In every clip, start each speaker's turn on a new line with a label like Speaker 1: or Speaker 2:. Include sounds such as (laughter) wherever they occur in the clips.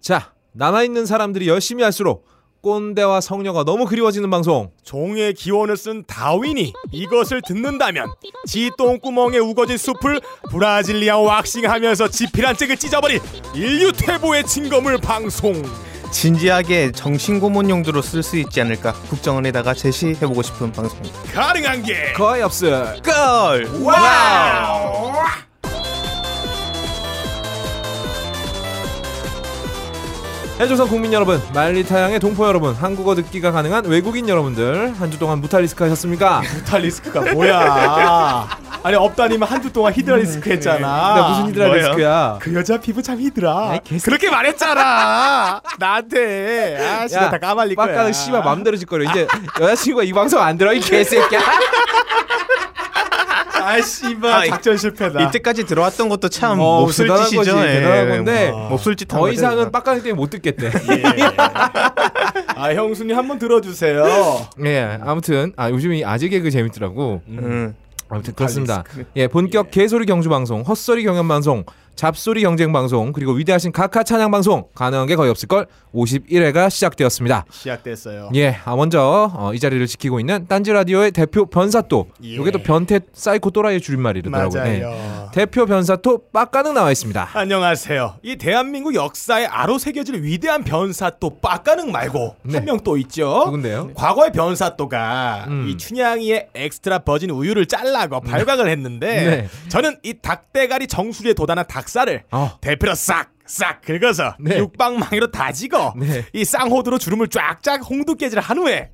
Speaker 1: 자, 남아있는 사람들이 열심히 할수록 꼰대와 성녀가 너무 그리워지는 방송.
Speaker 2: 종의 기원을 쓴 다윈이 이것을 듣는다면 지 똥구멍에 우거진 숲을 브라질리아 왁싱하면서 지피란책을 찢어버릴 인류 퇴보의 징검을 방송
Speaker 3: 진지하게 정신고문 용도로 쓸 수 있지 않을까 국정원에다가 제시해보고 싶은 방송입니다.
Speaker 2: 가능한 게
Speaker 1: 거의 없을.
Speaker 3: 걸!
Speaker 2: 와우
Speaker 1: 해조선 국민 여러분, 말리타양의 동포 여러분, 한국어 듣기가 가능한 외국인 여러분들, 한 주 동안 무탈리스크 하셨습니까?
Speaker 2: 히드라리스크가 뭐야 아니 업다니면 한 주 동안 히드라리스크 했잖아
Speaker 1: 근데 네. 무슨 히드라리스크야?
Speaker 2: 그 여자 피부 참 히드라 그렇게 말했잖아 나한테 아 씨발 다 까말릴 거야
Speaker 1: 빡가는 씨발 맘대로 짓거려. 이제 여자친구가 이 방송 안 들어, 이
Speaker 2: (laughs)
Speaker 1: 개새끼야.
Speaker 2: 아
Speaker 3: 아,
Speaker 2: 씨발
Speaker 3: 이-
Speaker 2: 작전 실패다
Speaker 3: 이때까지 들어왔던 것도 참
Speaker 1: 어,
Speaker 3: 몹쓸
Speaker 1: 대단한
Speaker 3: 짓이죠.
Speaker 1: 거지,
Speaker 3: 예.
Speaker 1: 대단한 건데
Speaker 3: 뭐, 몹쓸 짓.
Speaker 1: 더 이상은 빡가는 때문에 못 듣겠대.
Speaker 2: 예. 아 형수님 한번 들어주세요
Speaker 1: 예, 아무튼 아 요즘 이 아재 개그 재밌더라고.
Speaker 3: 음.
Speaker 1: 아무튼 그렇습니다. 예, 본격 개소리 경주 방송, 헛소리 경연 방송, 잡소리 경쟁 방송, 그리고 위대하신 각하 찬양 방송 가능한 게 거의 없을 걸 51회가 시작되었습니다.
Speaker 2: 시작됐어요
Speaker 1: 예, 아 먼저 어, 이 자리를 지키고 있는 딴지 라디오의 대표 변사또.
Speaker 2: 예.
Speaker 1: 요게 또 변태 사이코 또라이의 줄임말이더라고요. 네.
Speaker 2: 맞아요
Speaker 1: 대표 변사또 빡가능 나와 있습니다.
Speaker 2: 안녕하세요. 이 대한민국 역사에 아로 새겨질 위대한 변사 또 빡가능 말고
Speaker 1: 네.
Speaker 2: 한 명 또 있죠.
Speaker 1: 누군데요?
Speaker 2: 과거의 변사 또가
Speaker 1: 음. 네.
Speaker 2: 이 춘향이의 엑스트라 버진 우유를 잘라고 발각을 했는데 저는 이 닭대가리 정수리에 도단한 닭살을
Speaker 1: 어.
Speaker 2: 대패로 싹. 싹 긁어서
Speaker 1: 네.
Speaker 2: 육방망이로 다지고
Speaker 1: 네.
Speaker 2: 이 쌍호두로 주름을 쫙쫙 홍두깨질 한 후에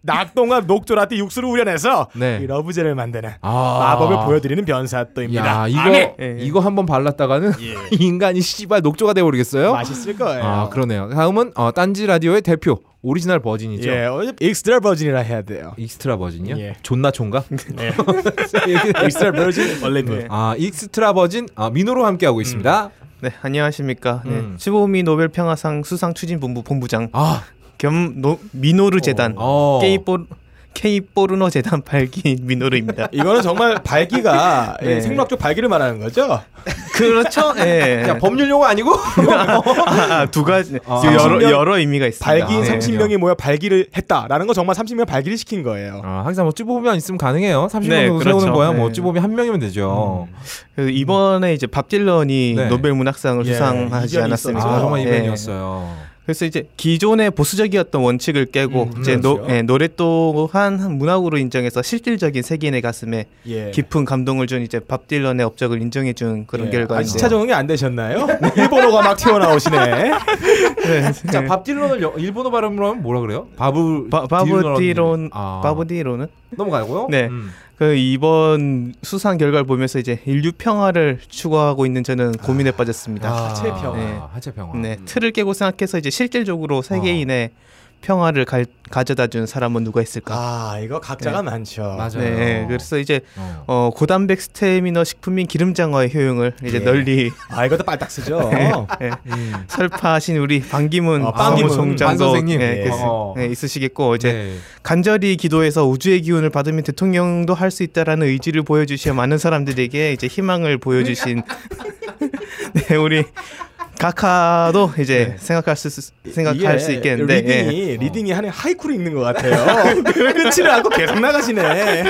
Speaker 2: 낙동과 녹조라떼 육수를 우려내서
Speaker 1: 네.
Speaker 2: 이 러브젤을 만드는
Speaker 1: 아.
Speaker 2: 마법을 보여드리는 변사또입니다. 예.
Speaker 1: 야, 이거
Speaker 2: 아멘!
Speaker 1: 이거 한번 발랐다가는 (laughs) 인간이 씨발 녹조가 돼 버리겠어요.
Speaker 2: 맛있을 거예요.
Speaker 1: 아 그러네요. 다음은 어, 딴지 라디오의 대표 오리지널 버진이죠.
Speaker 2: 예, 어제 익스트라 버진이라 해야 돼요.
Speaker 1: 익스트라 버진이요?
Speaker 2: 예.
Speaker 1: 존나 총가? (laughs)
Speaker 2: 익스트라
Speaker 3: (laughs)
Speaker 2: 버진 원래 네.
Speaker 1: 아 익스트라 버진 아, 민호로 함께 하고 있습니다.
Speaker 3: 네, 안녕하십니까.
Speaker 1: 음.
Speaker 3: 네, 15미 노벨 평화상 수상 추진 본부 본부장
Speaker 1: 아
Speaker 3: 겸 노, 미노르 재단
Speaker 1: 어.
Speaker 3: K 포 K 포르노 재단 발기
Speaker 1: (laughs)
Speaker 3: 미노르입니다.
Speaker 2: 예. 이거는 정말 발기가
Speaker 3: 네.
Speaker 2: 예, 생물학적 발기를 말하는 거죠.
Speaker 3: 그렇죠? 예.
Speaker 1: 야, 법률 용어 아니고
Speaker 3: (laughs) 아, 아, 두 가지
Speaker 1: 아.
Speaker 3: 여러
Speaker 2: 30명
Speaker 3: 여러 의미가 있습니다.
Speaker 2: 발기인
Speaker 3: 예.
Speaker 2: 30명이 모여 발기를 했다라는 거 정말 30명 발기를 시킨 거예요.
Speaker 1: 아, 항상 뭐 쭈보면 있으면 가능해요. 30명
Speaker 3: 네,
Speaker 1: 정도
Speaker 3: 그렇죠.
Speaker 1: 세우는 거야. 뭐
Speaker 3: 네.
Speaker 1: 쭈보면 한 명이면 되죠. 아,
Speaker 3: 그래서 이번에 이제 밥 딜런이
Speaker 1: 네. 노벨
Speaker 3: 노벨 문학상을
Speaker 2: 예, 수상하지
Speaker 3: 수상하지
Speaker 2: 이변이 않았습니까?
Speaker 3: 않았습니까?
Speaker 2: 있었죠.
Speaker 1: 아 정말
Speaker 2: 예.
Speaker 1: 이변이었어요.
Speaker 3: 그래서 이제 기존의 보수적이었던 원칙을 깨고
Speaker 2: 음,
Speaker 3: 이제
Speaker 2: 그렇죠.
Speaker 3: 노, 예, 노래 또한 한 문학으로 인정해서 실질적인 세계인의 가슴에
Speaker 2: 예.
Speaker 3: 깊은 감동을 준 이제 밥 딜런의 업적을 인정해 준 그런
Speaker 2: 예. 아,
Speaker 3: 결과인데. 네.
Speaker 2: 시차 적응이 안
Speaker 3: (laughs)
Speaker 2: 되셨나요? 일본어가 막 튀어나오시네.
Speaker 1: 자, 밥 딜런을 여- 일본어 발음으로 하면 뭐라 그래요? 바브
Speaker 3: 바, 바브 딜런
Speaker 1: 아,
Speaker 3: 바브 딜런은
Speaker 1: 넘어가고요.
Speaker 3: 네.
Speaker 1: 음.
Speaker 3: 그 이번 수상 결과를 보면서 이제 인류 평화를 추구하고 있는 저는 고민에 빠졌습니다.
Speaker 2: 하체 평화.
Speaker 3: 네.
Speaker 1: 아, 하체 평화.
Speaker 3: 네, 틀을 깨고 생각해서 이제 실질적으로 세계인의 평화를 갈- 가져다 준 사람은 누가 있을까?
Speaker 2: 아, 이거 각자가 많죠.
Speaker 1: 맞아요.
Speaker 3: 네, 그래서 이제
Speaker 1: 어.
Speaker 3: 어, 고단백 스테미너 식품인 기름장어의 효용을 이제
Speaker 2: 예.
Speaker 3: 널리
Speaker 2: 아, 이것도 빨딱 쓰죠.
Speaker 3: 예,
Speaker 1: 음.
Speaker 3: 설파하신 우리 반기문
Speaker 2: 아, 반기문.
Speaker 1: 반
Speaker 3: 사무총장도
Speaker 1: 선생님.
Speaker 3: 예, 그-
Speaker 1: 어.
Speaker 3: 예, 있으시겠고 이제
Speaker 1: 네.
Speaker 3: 간절히 기도해서 우주의 기운을 받으면 대통령도 할 수 있다라는 의지를 보여주시어 많은 사람들에게 이제 희망을 보여주신 (laughs) 네, 우리 카카도 이제 생각할 수 생각할
Speaker 2: 이게
Speaker 3: 수 있겠는데 예.
Speaker 2: 리딩이 리딩이 하는 하이쿠를 읽는 것
Speaker 3: (laughs)
Speaker 2: 같아요. (laughs) 그 끝을 하고 계속 나가시네.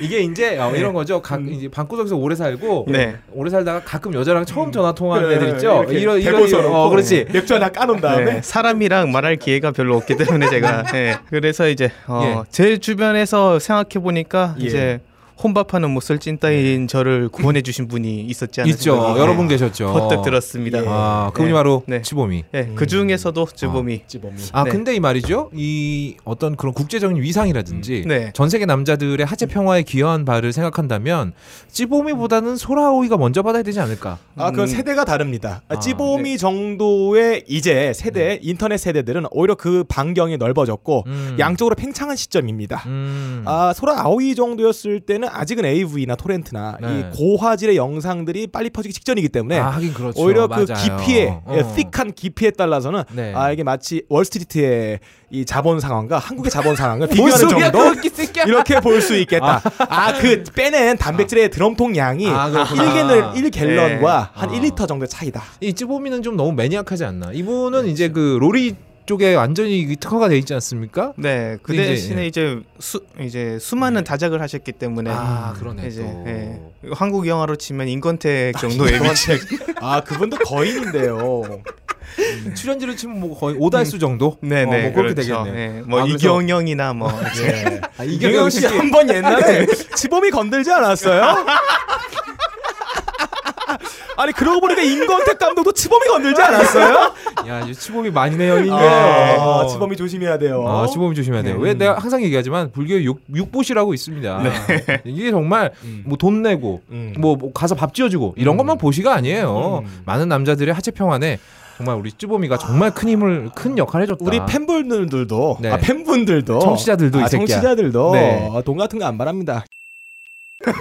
Speaker 1: 이게 이제 어,
Speaker 2: 네.
Speaker 1: 이런 거죠. 각
Speaker 2: 음.
Speaker 1: 이제 방구석에서 오래 살고
Speaker 3: 네.
Speaker 1: 오래 살다가 가끔 여자랑 처음 전화 통화하는 애들 있죠.
Speaker 2: 네, 이렇게
Speaker 1: 이런 이런
Speaker 2: 대고서
Speaker 1: 이런- 어
Speaker 2: 놓고
Speaker 1: 그렇지.
Speaker 2: 맥주 하나 까놓은 다음에
Speaker 3: 네, 사람이랑 말할 기회가 별로 없기 때문에
Speaker 1: (laughs)
Speaker 3: 제가 예, 그래서 이제 어,
Speaker 1: 예.
Speaker 3: 제 주변에서 생각해 보니까
Speaker 2: 예.
Speaker 3: 이제 혼밥하는 몹쓸 찐따인 저를 구원해 주신 분이 있었지 않습니까?
Speaker 1: 예.
Speaker 3: 예.
Speaker 1: 있죠. 여러분 계셨죠.
Speaker 3: 네. 퍼뜩 들었습니다.
Speaker 2: 예.
Speaker 1: 아, 그분이
Speaker 3: 네.
Speaker 1: 바로
Speaker 3: 네.
Speaker 1: 치보미.
Speaker 3: 예, 그 중에서도 쯔보미
Speaker 2: 찌범이.
Speaker 1: 아
Speaker 3: 네.
Speaker 1: 근데 이 말이죠 이 어떤 그런 국제적인 위상이라든지
Speaker 3: 음. 네.
Speaker 1: 전 세계 남자들의 하체 평화에 기여한 바를 생각한다면 찌보미보다는 소라오이가 먼저 받아야 되지 않을까
Speaker 2: 아, 그건
Speaker 3: 음.
Speaker 2: 세대가 다릅니다.
Speaker 1: 아, 네.
Speaker 2: 찌보미 정도의 이제 세대, 인터넷 세대들은 오히려 그 반경이 넓어졌고
Speaker 1: 음.
Speaker 2: 양쪽으로 팽창한 시점입니다.
Speaker 1: 음.
Speaker 2: 아, 소라 아오이 정도였을 때는 아직은 AV나 토렌트나
Speaker 1: 네.
Speaker 2: 이 고화질의 영상들이 빨리 퍼지기 직전이기 때문에
Speaker 1: 아, 하긴 그렇죠.
Speaker 2: 오히려
Speaker 1: 맞아요.
Speaker 2: 그 깊이에
Speaker 1: 어.
Speaker 2: 예, thick한 깊이에 따라서는
Speaker 1: 네.
Speaker 2: 아 이게 마치 월스트리트의 이 자본 상황과 한국의
Speaker 1: (laughs)
Speaker 2: 자본 상황을
Speaker 1: 뭔
Speaker 2: 비교하는
Speaker 1: 소리야,
Speaker 2: 정도
Speaker 1: 그렇게 새끼야.
Speaker 2: (laughs) 이렇게 볼 수 있겠다. 아 그 빼낸 단백질의 드럼통 양이
Speaker 1: 아, 그렇구나.
Speaker 2: 1갤런 1갤런과 한
Speaker 1: 아.
Speaker 2: 1리터 정도 차이다.
Speaker 1: 이 찌보미는 좀 너무 매니악하지 않나? 이분은
Speaker 2: 네,
Speaker 1: 이제 그 로리 쪽에 완전히 특화가 돼 있지 않습니까?
Speaker 3: 네, 그
Speaker 1: 근데 이제, 예.
Speaker 3: 대신에 이제 수 이제 수많은 다작을 하셨기 때문에
Speaker 1: 아, 그러네,
Speaker 3: 이제
Speaker 1: 또.
Speaker 3: 예. 한국 영화로 치면 인권택 정도의 위치.
Speaker 2: 아 그분도 (laughs) 거인인데요. 네.
Speaker 1: 출연진을 치면 뭐 거의 오달수
Speaker 2: 음.
Speaker 1: 정도?
Speaker 3: (laughs) 네,
Speaker 1: 어,
Speaker 3: 네,
Speaker 1: 뭐 그렇게
Speaker 3: 그렇죠.
Speaker 1: 되겠네요.
Speaker 3: 예, 뭐
Speaker 1: 아, 그래서-
Speaker 3: 이경영이나
Speaker 1: (laughs)
Speaker 3: 뭐
Speaker 2: 예.
Speaker 1: 아,
Speaker 2: 이경영 씨 한 번 옛날에 지범이 건들지 (laughs) 않았어요? 아니 그러고 보니까 임건택 감독도 치범이 건들지 않았어요?
Speaker 1: 야, 이제 치범이 많이 내연인데.
Speaker 2: 아, 네. 치범이 조심해야 돼요.
Speaker 1: 아, 치범이 조심해야 돼요. 왜 내가 항상 얘기하지만 불교의 육, 육보시라고 있습니다. 이게 정말 뭐 돈 내고
Speaker 2: 네. 음.
Speaker 1: 뭐, 뭐 가서 밥 지어주고 이런 것만 보시가 아니에요. 많은 남자들의 하체 평안에 정말 우리 쯔보미가 정말 큰 힘을 큰 역할을 해줬다.
Speaker 2: 우리 팬분들도
Speaker 1: 네.
Speaker 2: 아 팬분들도
Speaker 1: 청취자들도 이
Speaker 2: 아,
Speaker 1: 새끼야.
Speaker 2: 청취자들도
Speaker 1: 네.
Speaker 2: 아, 돈 같은 거 안 바랍니다. (laughs)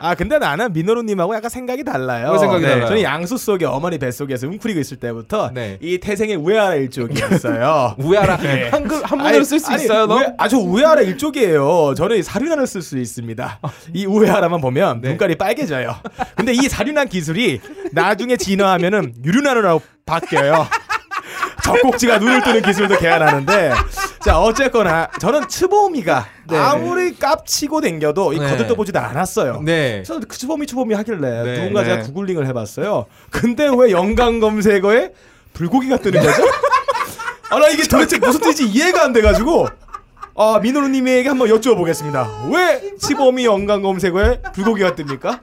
Speaker 2: 아 근데 나는 민호루님하고 약간 생각이 달라요. 네.
Speaker 1: 왜 생각이 달라요?
Speaker 2: 저는 양수 속에 어머니 뱃속에서 웅크리고 있을 때부터
Speaker 1: 네.
Speaker 2: 이 태생의 우에아라
Speaker 1: (laughs)
Speaker 2: 일족이었어요.
Speaker 1: 우야라
Speaker 2: 네.
Speaker 1: 한글 한문으로 쓸 수 있어요, 너?
Speaker 2: 아저 우에아라 일족이에요. 저는 이 사륜안을 쓸 수 있습니다. 이 우에아라만 보면
Speaker 1: 네.
Speaker 2: 눈깔이 빨개져요. 근데 이 사륜안 기술이 나중에 진화하면은 유륜안으로 바뀌어요. 젖꼭지가 눈을 뜨는 기술도 개발하는데 자 어쨌거나 저는 츠보미가
Speaker 1: 네.
Speaker 2: 아무리 깝치고 댕겨도 이
Speaker 1: 네.
Speaker 2: 거들떠 보지도 않았어요.
Speaker 1: 네.
Speaker 2: 그래서 그 츠보미 츠보미 하길래
Speaker 1: 네.
Speaker 2: 누군가
Speaker 3: 네.
Speaker 2: 제가 구글링을 해봤어요. 근데 왜 연관 검색어에 불고기가 뜨는 거죠? (laughs) 아 나 이게 도대체 무슨 뜻인지 이해가 안 돼가지고 아 민호루님에게 한번 여쭤보겠습니다. 왜 츠보미 연관 검색어에 불고기가 뜹니까?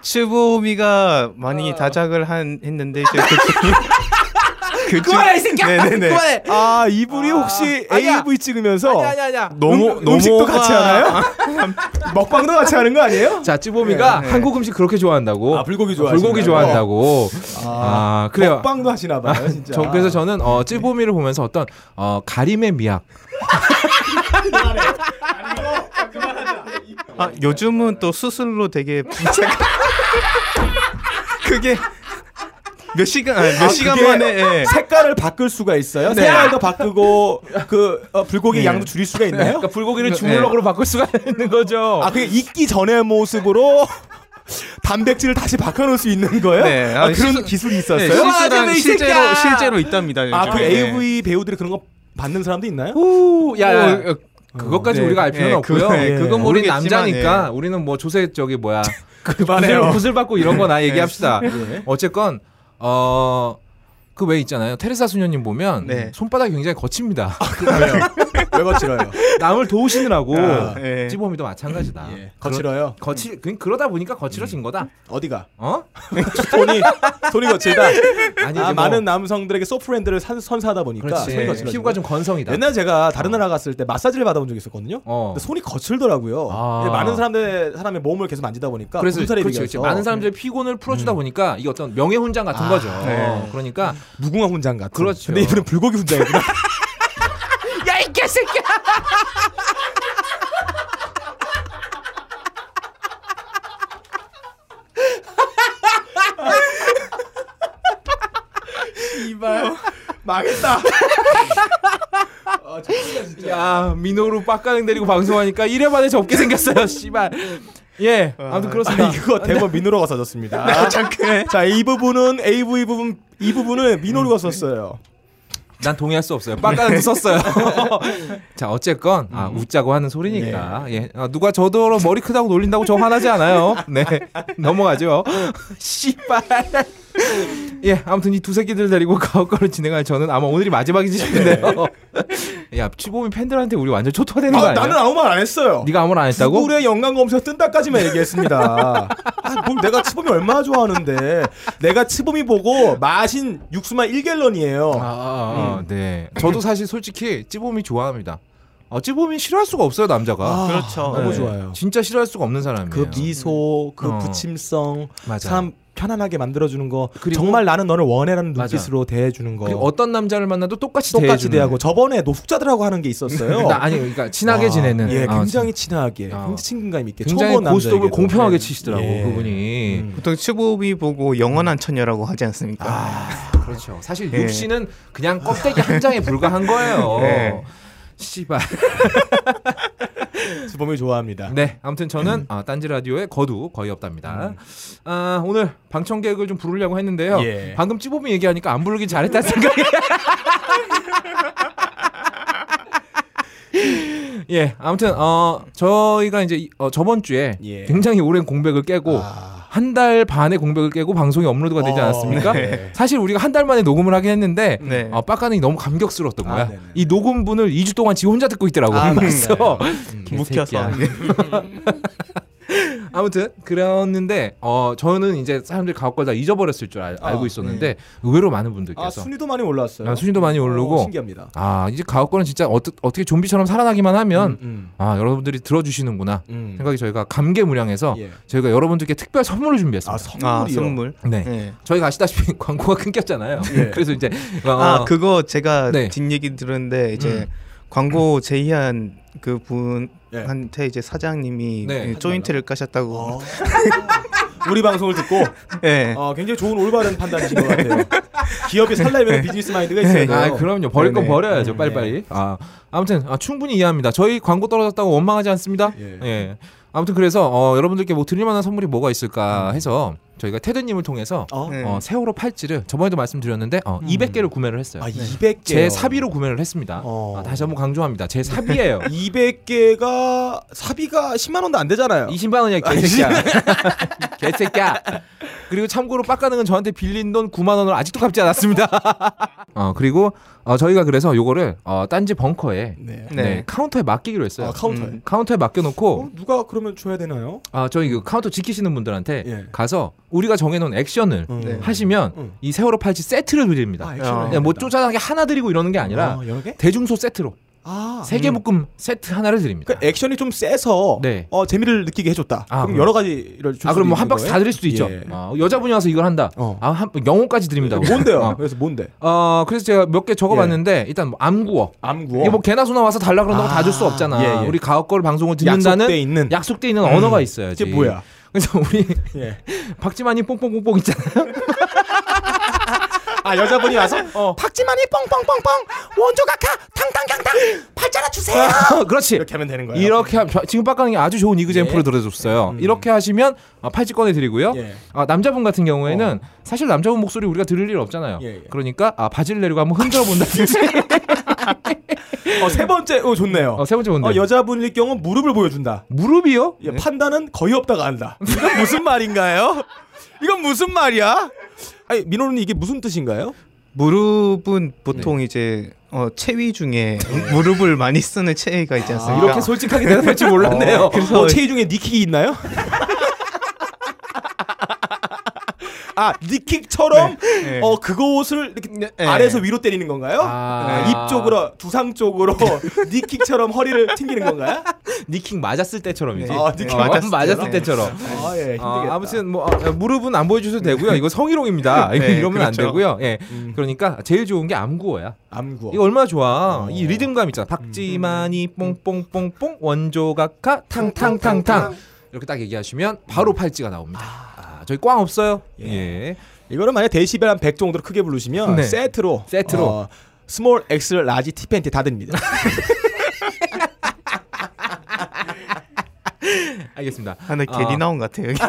Speaker 3: 츠보미가 많이 다작을 한 했는데 이제 그 중- 그
Speaker 1: 그만해, 이 새끼야!
Speaker 3: 네네네.
Speaker 1: 그만해!
Speaker 2: 아 이분이 혹시
Speaker 1: 아니야.
Speaker 2: AV 찍으면서
Speaker 1: 아니야, 아, 아니야, 아니야.
Speaker 2: 너무
Speaker 3: 너무-
Speaker 2: 음식도
Speaker 3: 너무가-
Speaker 2: 같이 하나요? 먹방도 같이 하는 거 아니에요?
Speaker 1: 자, 쯔보미가
Speaker 3: 네, 네.
Speaker 1: 한국 음식 그렇게 좋아한다고. 어,
Speaker 2: 아, 불고기
Speaker 1: 불고기 좋아한다고. 아,
Speaker 3: 어,
Speaker 1: 그래요.
Speaker 2: 먹방도 하시나 봐요, 진짜.
Speaker 1: 저, 그래서 저는 어,
Speaker 3: 네.
Speaker 1: 쯔보미를 보면서 어떤 어, 가림의 미학.
Speaker 3: 아, 요즘은 또 수술로 되게 그게 몇 시간 아니, 몇
Speaker 2: 아,
Speaker 3: 시간
Speaker 2: 그게
Speaker 3: 만에 예.
Speaker 2: 색깔을 바꾸을 수가 있어요. 색깔도 바꾸고 그 어, 불고기
Speaker 3: 네.
Speaker 2: 양도 줄일 수가 있나요?
Speaker 1: 그러니까 불고기를
Speaker 3: 네.
Speaker 1: 주물럭으로 바꿀 수가 (laughs) 있는 거죠.
Speaker 2: 아, 그게 익기 전의 모습으로 (laughs) 단백질을 다시 바꿔놓을 수 있는 거예요?
Speaker 3: 네.
Speaker 2: 아,
Speaker 3: 아,
Speaker 2: 그런
Speaker 3: 시선-
Speaker 2: 기술이
Speaker 3: 네,
Speaker 2: 있었어요?
Speaker 1: 좋아하잖아,
Speaker 3: 실제로
Speaker 1: 이
Speaker 3: 실제로
Speaker 1: 새끼야!
Speaker 3: 실제로 있답니다.
Speaker 2: 아, 그
Speaker 3: 요즘에.
Speaker 2: AV 배우들이 그런 거 받는 사람도 있나요?
Speaker 1: 오, 야, 야.
Speaker 3: 어, 어,
Speaker 1: 그것까지
Speaker 3: 네.
Speaker 1: 우리가 알 필요는
Speaker 3: 예,
Speaker 1: 없고요.
Speaker 3: 그거- 예,
Speaker 1: 그건 뭐 우리
Speaker 3: 모르겠지만, 네. 아,
Speaker 1: 남자니까 우리는 뭐 조세 저기
Speaker 3: (laughs)
Speaker 1: 뭐야
Speaker 2: 그만해요.
Speaker 1: 구슬,
Speaker 2: 네.
Speaker 1: 구슬 받고 이런 거나
Speaker 3: 네.
Speaker 1: 얘기합시다. 어쨌건 어. 그 왜 있잖아요. 테레사 수녀님 보면
Speaker 3: 네. 아,
Speaker 1: 손바닥이 굉장히 거칩니다.
Speaker 2: 왜요? 왜 거칠어요?
Speaker 1: 남을 도우시느라고
Speaker 2: 아,
Speaker 3: 예.
Speaker 1: 찌범이도 마찬가지다.
Speaker 2: 예. 네.
Speaker 1: 그러,
Speaker 2: 거칠어요?
Speaker 1: 거칠 그- 그러다 보니까 거칠어진
Speaker 2: 음.
Speaker 1: 거다.
Speaker 2: 어디가?
Speaker 1: 어?
Speaker 2: 손이 손이 거칠다.
Speaker 1: 아니
Speaker 2: 아,
Speaker 1: 이제 뭐-
Speaker 2: 많은 남성들에게 소프렌드를 산- 선사하다 보니까 손이
Speaker 1: 그렇지.
Speaker 2: 거칠어지고.
Speaker 1: 피부가 좀 건성이다.
Speaker 2: 옛날 그 제가 다른 나라 갔을 때 마사지를 받아본 적이 있었거든요.
Speaker 1: 어.
Speaker 2: 근데 손이 거칠더라고요.
Speaker 1: 아.
Speaker 2: 이게 많은 사람들 사람의 몸을 계속 만지다 보니까
Speaker 1: 그래서
Speaker 2: 몸살이
Speaker 1: 그렇지, 그렇지.
Speaker 2: 비겨서 음.
Speaker 1: 많은 사람들의 피곤을 풀어주다 보니까 이게 어떤 명예 훈장 같은
Speaker 2: 아,
Speaker 1: 거죠.
Speaker 3: 네.
Speaker 1: 어, 그러니까
Speaker 2: 무궁화 훈장 같은.
Speaker 1: 그렇죠.
Speaker 2: 근데 이분은
Speaker 1: (laughs)
Speaker 2: 불고기 훈장이구나.
Speaker 1: 야 이 개새끼야!
Speaker 2: 이발 망했다. 아, 진짜 진짜.
Speaker 1: 야 민호로 빡가능 데리고 방송하니까 1회 만에 접게 생겼어요 씨발 예 아무튼 그렇습니다
Speaker 2: 아, 이거 대본 민호로가 써줬습니다.
Speaker 1: 아,
Speaker 2: (laughs) 자, 이 부분은 AV 부분 이 부분은 민호로가 썼어요.
Speaker 1: 난 동의할 수 없어요 빡가능도 썼어요 (laughs) 자 어쨌건 아 웃자고 하는 소리니까 예 아, 누가 저더러 머리 크다고 놀린다고 저 화나지 않아요 (laughs) 네 넘어가죠 (laughs) 씨발 예 아무튼 이 두 새끼들 데리고 가옥걸을 진행할 저는 아마 오늘이 마지막이지 (laughs) 싶은데요 야 취보미 팬들한테 우리 완전 초토화되는 거 음.
Speaker 2: 아,
Speaker 1: 아니야
Speaker 2: 나는 아무 말 안 했어요.
Speaker 1: 네가 아무 말안 했다고
Speaker 2: 구글의 연관 검색 뜬다까지만
Speaker 1: (laughs)
Speaker 2: 얘기했습니다. 아, 그럼 내가 치범이 얼마나 좋아하는데 내가 치범이 보고 마신 육수만 1갤런이에요.
Speaker 1: 아, 아, 아, 네. 저도 사실 솔직히 찌보미 좋아합니다. 아, 찌보미 싫어할 수가 없어요 남자가.
Speaker 3: 그렇죠.
Speaker 2: 아, 너무
Speaker 1: 아, 네.
Speaker 2: 좋아요.
Speaker 1: 진짜 싫어할 수가 없는 사람이에요.
Speaker 2: 그 미소, 그
Speaker 1: 어.
Speaker 2: 부침성,
Speaker 1: 맞아요.
Speaker 2: 참 편안하게 만들어주는 거
Speaker 1: 그리고-
Speaker 2: 정말 나는 너를 원해라는
Speaker 1: 맞아.
Speaker 2: 눈빛으로 대해주는 거
Speaker 1: 그리고 어떤 남자를 만나도 똑같이
Speaker 2: 똑같이
Speaker 1: 대해주는
Speaker 2: 대하고 저번에 노숙자들하고 하는 게
Speaker 1: (laughs)
Speaker 2: 있었어요.
Speaker 1: 나- 아니 그러니까 친하게
Speaker 2: 와,
Speaker 1: 지내는
Speaker 2: 예,
Speaker 1: 아,
Speaker 2: 굉장히 친하게,
Speaker 1: 어.
Speaker 2: 굉장히 친근감 있게,
Speaker 1: 굉장히
Speaker 2: 초보
Speaker 1: 고스톱을
Speaker 2: 남자에게도.
Speaker 1: 공평하게 치시더라고
Speaker 2: 예.
Speaker 1: 그분이
Speaker 2: 음.
Speaker 3: 보통 츠보미 보고 영원한 처녀라고 하지 않습니까?
Speaker 2: 아,
Speaker 1: 그렇죠 사실
Speaker 3: 예.
Speaker 1: 육씨는 그냥 껍데기 한 장에 불과한
Speaker 2: (laughs)
Speaker 1: 거예요
Speaker 3: 예.
Speaker 1: 씨발
Speaker 2: 주범이 좋아합니다.
Speaker 1: 네 아무튼 저는 아, 딴지 라디오의 거두 거의 없답니다
Speaker 2: 음.
Speaker 1: 아 오늘 방청객을 좀 부르려고 했는데요
Speaker 2: 예.
Speaker 1: 방금 찌보미 얘기하니까 안 부르긴 잘했다 생각이 (laughs) 예 아무튼 어 저희가 이제 이- 어, 저번 주에
Speaker 2: 예.
Speaker 1: 굉장히 오랜 공백을 깨고
Speaker 2: 아,
Speaker 1: 한 달 반의 공백을 깨고 방송이 업로드가 되지
Speaker 2: 어,
Speaker 1: 않았습니까?
Speaker 2: 네.
Speaker 1: 사실 우리가 한 달 만에 녹음을 하긴 했는데
Speaker 3: 네.
Speaker 1: 어, 빡가능이 너무 감격스러웠던
Speaker 2: 아,
Speaker 1: 거야.
Speaker 2: 네네.
Speaker 1: 이 녹음분을 2주 동안 지 혼자 듣고 있더라고.
Speaker 2: 아,
Speaker 1: 그래서
Speaker 3: 묶여서.
Speaker 1: 개새끼야. 아무튼 그랬는데 어, 저는 이제 사람들이 가옥걸 다 잊어버렸을 줄 알,
Speaker 2: 아,
Speaker 1: 고 있었는데 의외로 많은 분들께서
Speaker 2: 아, 순위도 많이 올라왔어요.
Speaker 1: 아, 순위도 많이 오르고.
Speaker 2: 어, 신기합니다.
Speaker 1: 아 이제 가옥걸은 진짜 어떻게 좀비처럼 살아나기만 하면
Speaker 2: 음,
Speaker 1: 아 여러분들이 들어주시는구나
Speaker 2: 음.
Speaker 1: 생각이 저희가 감개무량해서
Speaker 2: 예.
Speaker 1: 저희가 여러분들께 특별 선물을 준비했습니다.
Speaker 2: 아,
Speaker 3: 아,
Speaker 2: 선물이요.
Speaker 3: 선물.
Speaker 1: 네.
Speaker 3: 네.
Speaker 1: 저희가 아시다시피 (laughs) 광고가 끊겼잖아요.
Speaker 2: 예.
Speaker 1: 그래서 이제 어,
Speaker 3: 아, 그거 제가
Speaker 1: 네.
Speaker 3: 뒷얘기 들었는데 이제
Speaker 1: 음.
Speaker 3: 광고 제의한 그
Speaker 2: 예.
Speaker 3: 분한테 이제 사장님이
Speaker 1: 네.
Speaker 3: 예, 조인트를 까셨다고.
Speaker 2: 어. (laughs) 우리 방송을 듣고
Speaker 3: (laughs)
Speaker 1: 네.
Speaker 3: 예.
Speaker 2: 어, 굉장히 좋은 올바른 판단이신 것
Speaker 1: (laughs)
Speaker 2: 같아요. 기업이 살려면 비즈니스 마인드가 있어야 돼요. 음, 예.
Speaker 1: 아, 그럼요. 버릴 건
Speaker 3: 네네.
Speaker 1: 버려야죠. 빨리빨리. 아, 아무튼 아, 충분히 이해합니다. 저희 광고 떨어졌다고 원망하지 않습니다.
Speaker 2: 예.
Speaker 1: 예. 아무튼 그래서 어, 여러분들께 뭐 드릴 만한 선물이 뭐가 있을까
Speaker 2: 음.
Speaker 1: 해서 저희가 테드님을 통해서
Speaker 2: 어?
Speaker 3: 네.
Speaker 1: 어, 세월호 팔찌를 저번에도 말씀드렸는데 어, 200개를 구매를 했어요.
Speaker 2: 음. 아, 200개.
Speaker 1: 네. 제 사비로 구매를 했습니다.
Speaker 2: 어.
Speaker 1: 아, 다시 한번 강조합니다. 제
Speaker 2: (laughs)
Speaker 1: 사비예요.
Speaker 2: 200개가 사비가 10만 원도 안 되잖아요.
Speaker 1: 20만 원이야 개새끼야.
Speaker 2: (laughs)
Speaker 1: 개새끼야. 그리고 참고로 빡가능은 저한테 빌린 돈 9만 원을 아직도 갚지 않았습니다. (laughs) 어 그리고 어, 저희가 그래서 요거를 어, 딴지 벙커에
Speaker 2: 네.
Speaker 1: 네. 카운터에 맡기기로 했어요.
Speaker 2: 아, 카운터에.
Speaker 3: 음.
Speaker 1: 카운터에 맡겨놓고
Speaker 2: 어, 누가 그러면 줘야 되나요?
Speaker 1: 아 저희 그 카운터 지키시는 분들한테
Speaker 2: 예.
Speaker 1: 가서 우리가 정해놓은 액션을
Speaker 2: 음.
Speaker 3: 네.
Speaker 1: 하시면
Speaker 2: 음.
Speaker 1: 이 세월호 팔찌 세트를 드립니다.
Speaker 2: 아,
Speaker 3: 어.
Speaker 2: 액션을
Speaker 1: 그냥 뭐 쪼잔하게 하나 드리고 이러는 게 아니라
Speaker 2: 아, 여러 개?
Speaker 1: 대중소 세트로
Speaker 2: 아.
Speaker 1: 세 개 묶음 세트 하나를 드립니다.
Speaker 2: 그러니까 액션이 좀 세서
Speaker 1: 네.
Speaker 2: 어, 재미를 느끼게 해줬다.
Speaker 1: 아,
Speaker 2: 그럼
Speaker 1: 그럼.
Speaker 2: 여러 가지를 줄
Speaker 1: 아 그럼
Speaker 2: 수도
Speaker 1: 뭐 한
Speaker 2: 있는
Speaker 1: 박스
Speaker 2: 거예요?
Speaker 1: 다 드릴 수도 있죠.
Speaker 2: 예.
Speaker 1: 어, 여자분이 와서 이걸 한다.
Speaker 2: 어. 예,
Speaker 1: 아, 한 영혼까지 드립니다.
Speaker 2: 뭔데요?
Speaker 1: 어.
Speaker 2: 그래서 뭔데?
Speaker 1: 어, 그래서 제가 몇 개 적어봤는데 일단 뭐 암구어.
Speaker 2: 암구어.
Speaker 1: 이게 뭐 개나 소나 와서 달라 그런다고 다 줄 수
Speaker 2: 아,
Speaker 1: 없잖아.
Speaker 2: 예, 예.
Speaker 1: 우리 가옥걸 방송을 듣는다는
Speaker 2: 약속돼 있는.
Speaker 1: 약속돼 있는 언어가 있어야지.
Speaker 2: 이게 음. 뭐야?
Speaker 1: 그래서 우리
Speaker 2: 예.
Speaker 1: (laughs) 박지만이 뽕뽕뽕뽕 있잖아요. (laughs)
Speaker 2: 아 여자분이 와서 어.
Speaker 4: 박지만이 뻥뻥뻥뻥 원조가 카 탕탕탕탕 팔자라 주세요.
Speaker 1: 그렇지.
Speaker 2: 아, 이렇게 하면 되는 거예요. 음.
Speaker 1: 이렇게 하, 지금 빡가는 아주 좋은 이그잼프를 들어줬어요. 이렇게 하시면 아, 팔찌 꺼내 드리고요.
Speaker 2: 예. 어.
Speaker 1: 아, 남자분 같은 경우에는 사실 남자분 목소리 우리가 들을 일 없잖아요.
Speaker 2: 예, 예.
Speaker 1: 그러니까 아, 바지를 내리고 한번 흔들어 본다든지.
Speaker 2: (laughs) 어, 세 번째 어 좋네요.
Speaker 1: 어, 세 번째 뭔데?
Speaker 2: 어, 여자분일 경우 무릎을 보여준다.
Speaker 1: 무릎이요? 네.
Speaker 2: 예, 판단은 거의 없다가 안다. 이건 무슨 말인가요? 이건 무슨 말이야? 아니 민호는 이게 무슨 뜻인가요?
Speaker 3: 무릎은 보통
Speaker 1: 네.
Speaker 3: 이제 어,
Speaker 1: (laughs)
Speaker 3: 체위 중에 무릎을 많이 쓰는 체위가 있지 않습니까?
Speaker 1: 이렇게 솔직하게 대답할 줄 몰랐네요.
Speaker 2: 아. (laughs) 어,
Speaker 3: 그래서-
Speaker 2: 어, 체위 중에 니킥이 있나요? 아 니킥처럼
Speaker 3: 네.
Speaker 2: 어 그거 옷을 이렇게
Speaker 3: 네.
Speaker 2: 아래에서 위로 때리는 건가요?
Speaker 1: 아.
Speaker 2: 네, 입 쪽으로 두상 쪽으로 (laughs) 니킥처럼 허리를 튕기는 건가요?
Speaker 1: 니킹 맞았을 때처럼이지.
Speaker 2: 아, 니킥
Speaker 1: 어,
Speaker 3: 맞았을
Speaker 1: 맞았을
Speaker 3: 때처럼?
Speaker 1: 때처럼.
Speaker 2: 아예 네, 힘들겠다.
Speaker 1: 아, 아무튼 뭐 아, 무릎은 안 보여주셔도 되고요. 이거 성희롱입니다. 이거
Speaker 3: 네,
Speaker 1: 이러면 안
Speaker 3: 그렇죠.
Speaker 1: 되고요. 예, 그러니까 제일 좋은 게 암구어야.
Speaker 2: 암구어.
Speaker 1: 이거 얼마나 좋아.
Speaker 2: 어.
Speaker 1: 이 리듬감 있잖아. 박지만이 뽕뽕뽕뽕 원조각하 탕탕탕탕 이렇게 딱 얘기하시면 바로 팔찌가 나옵니다. 아, 저희 꽝 없어요. 예.
Speaker 2: 이거를 만약 데시벨 한 100 정도로 크게 부르시면
Speaker 1: 네.
Speaker 2: 세트로
Speaker 1: 세트로.
Speaker 2: 어, 스몰 엑스를 라지 티팬티 다 됩니다.
Speaker 1: 알겠습니다.
Speaker 3: 아, 나
Speaker 1: 아.
Speaker 3: 게리 나온 것 같아요. 여기.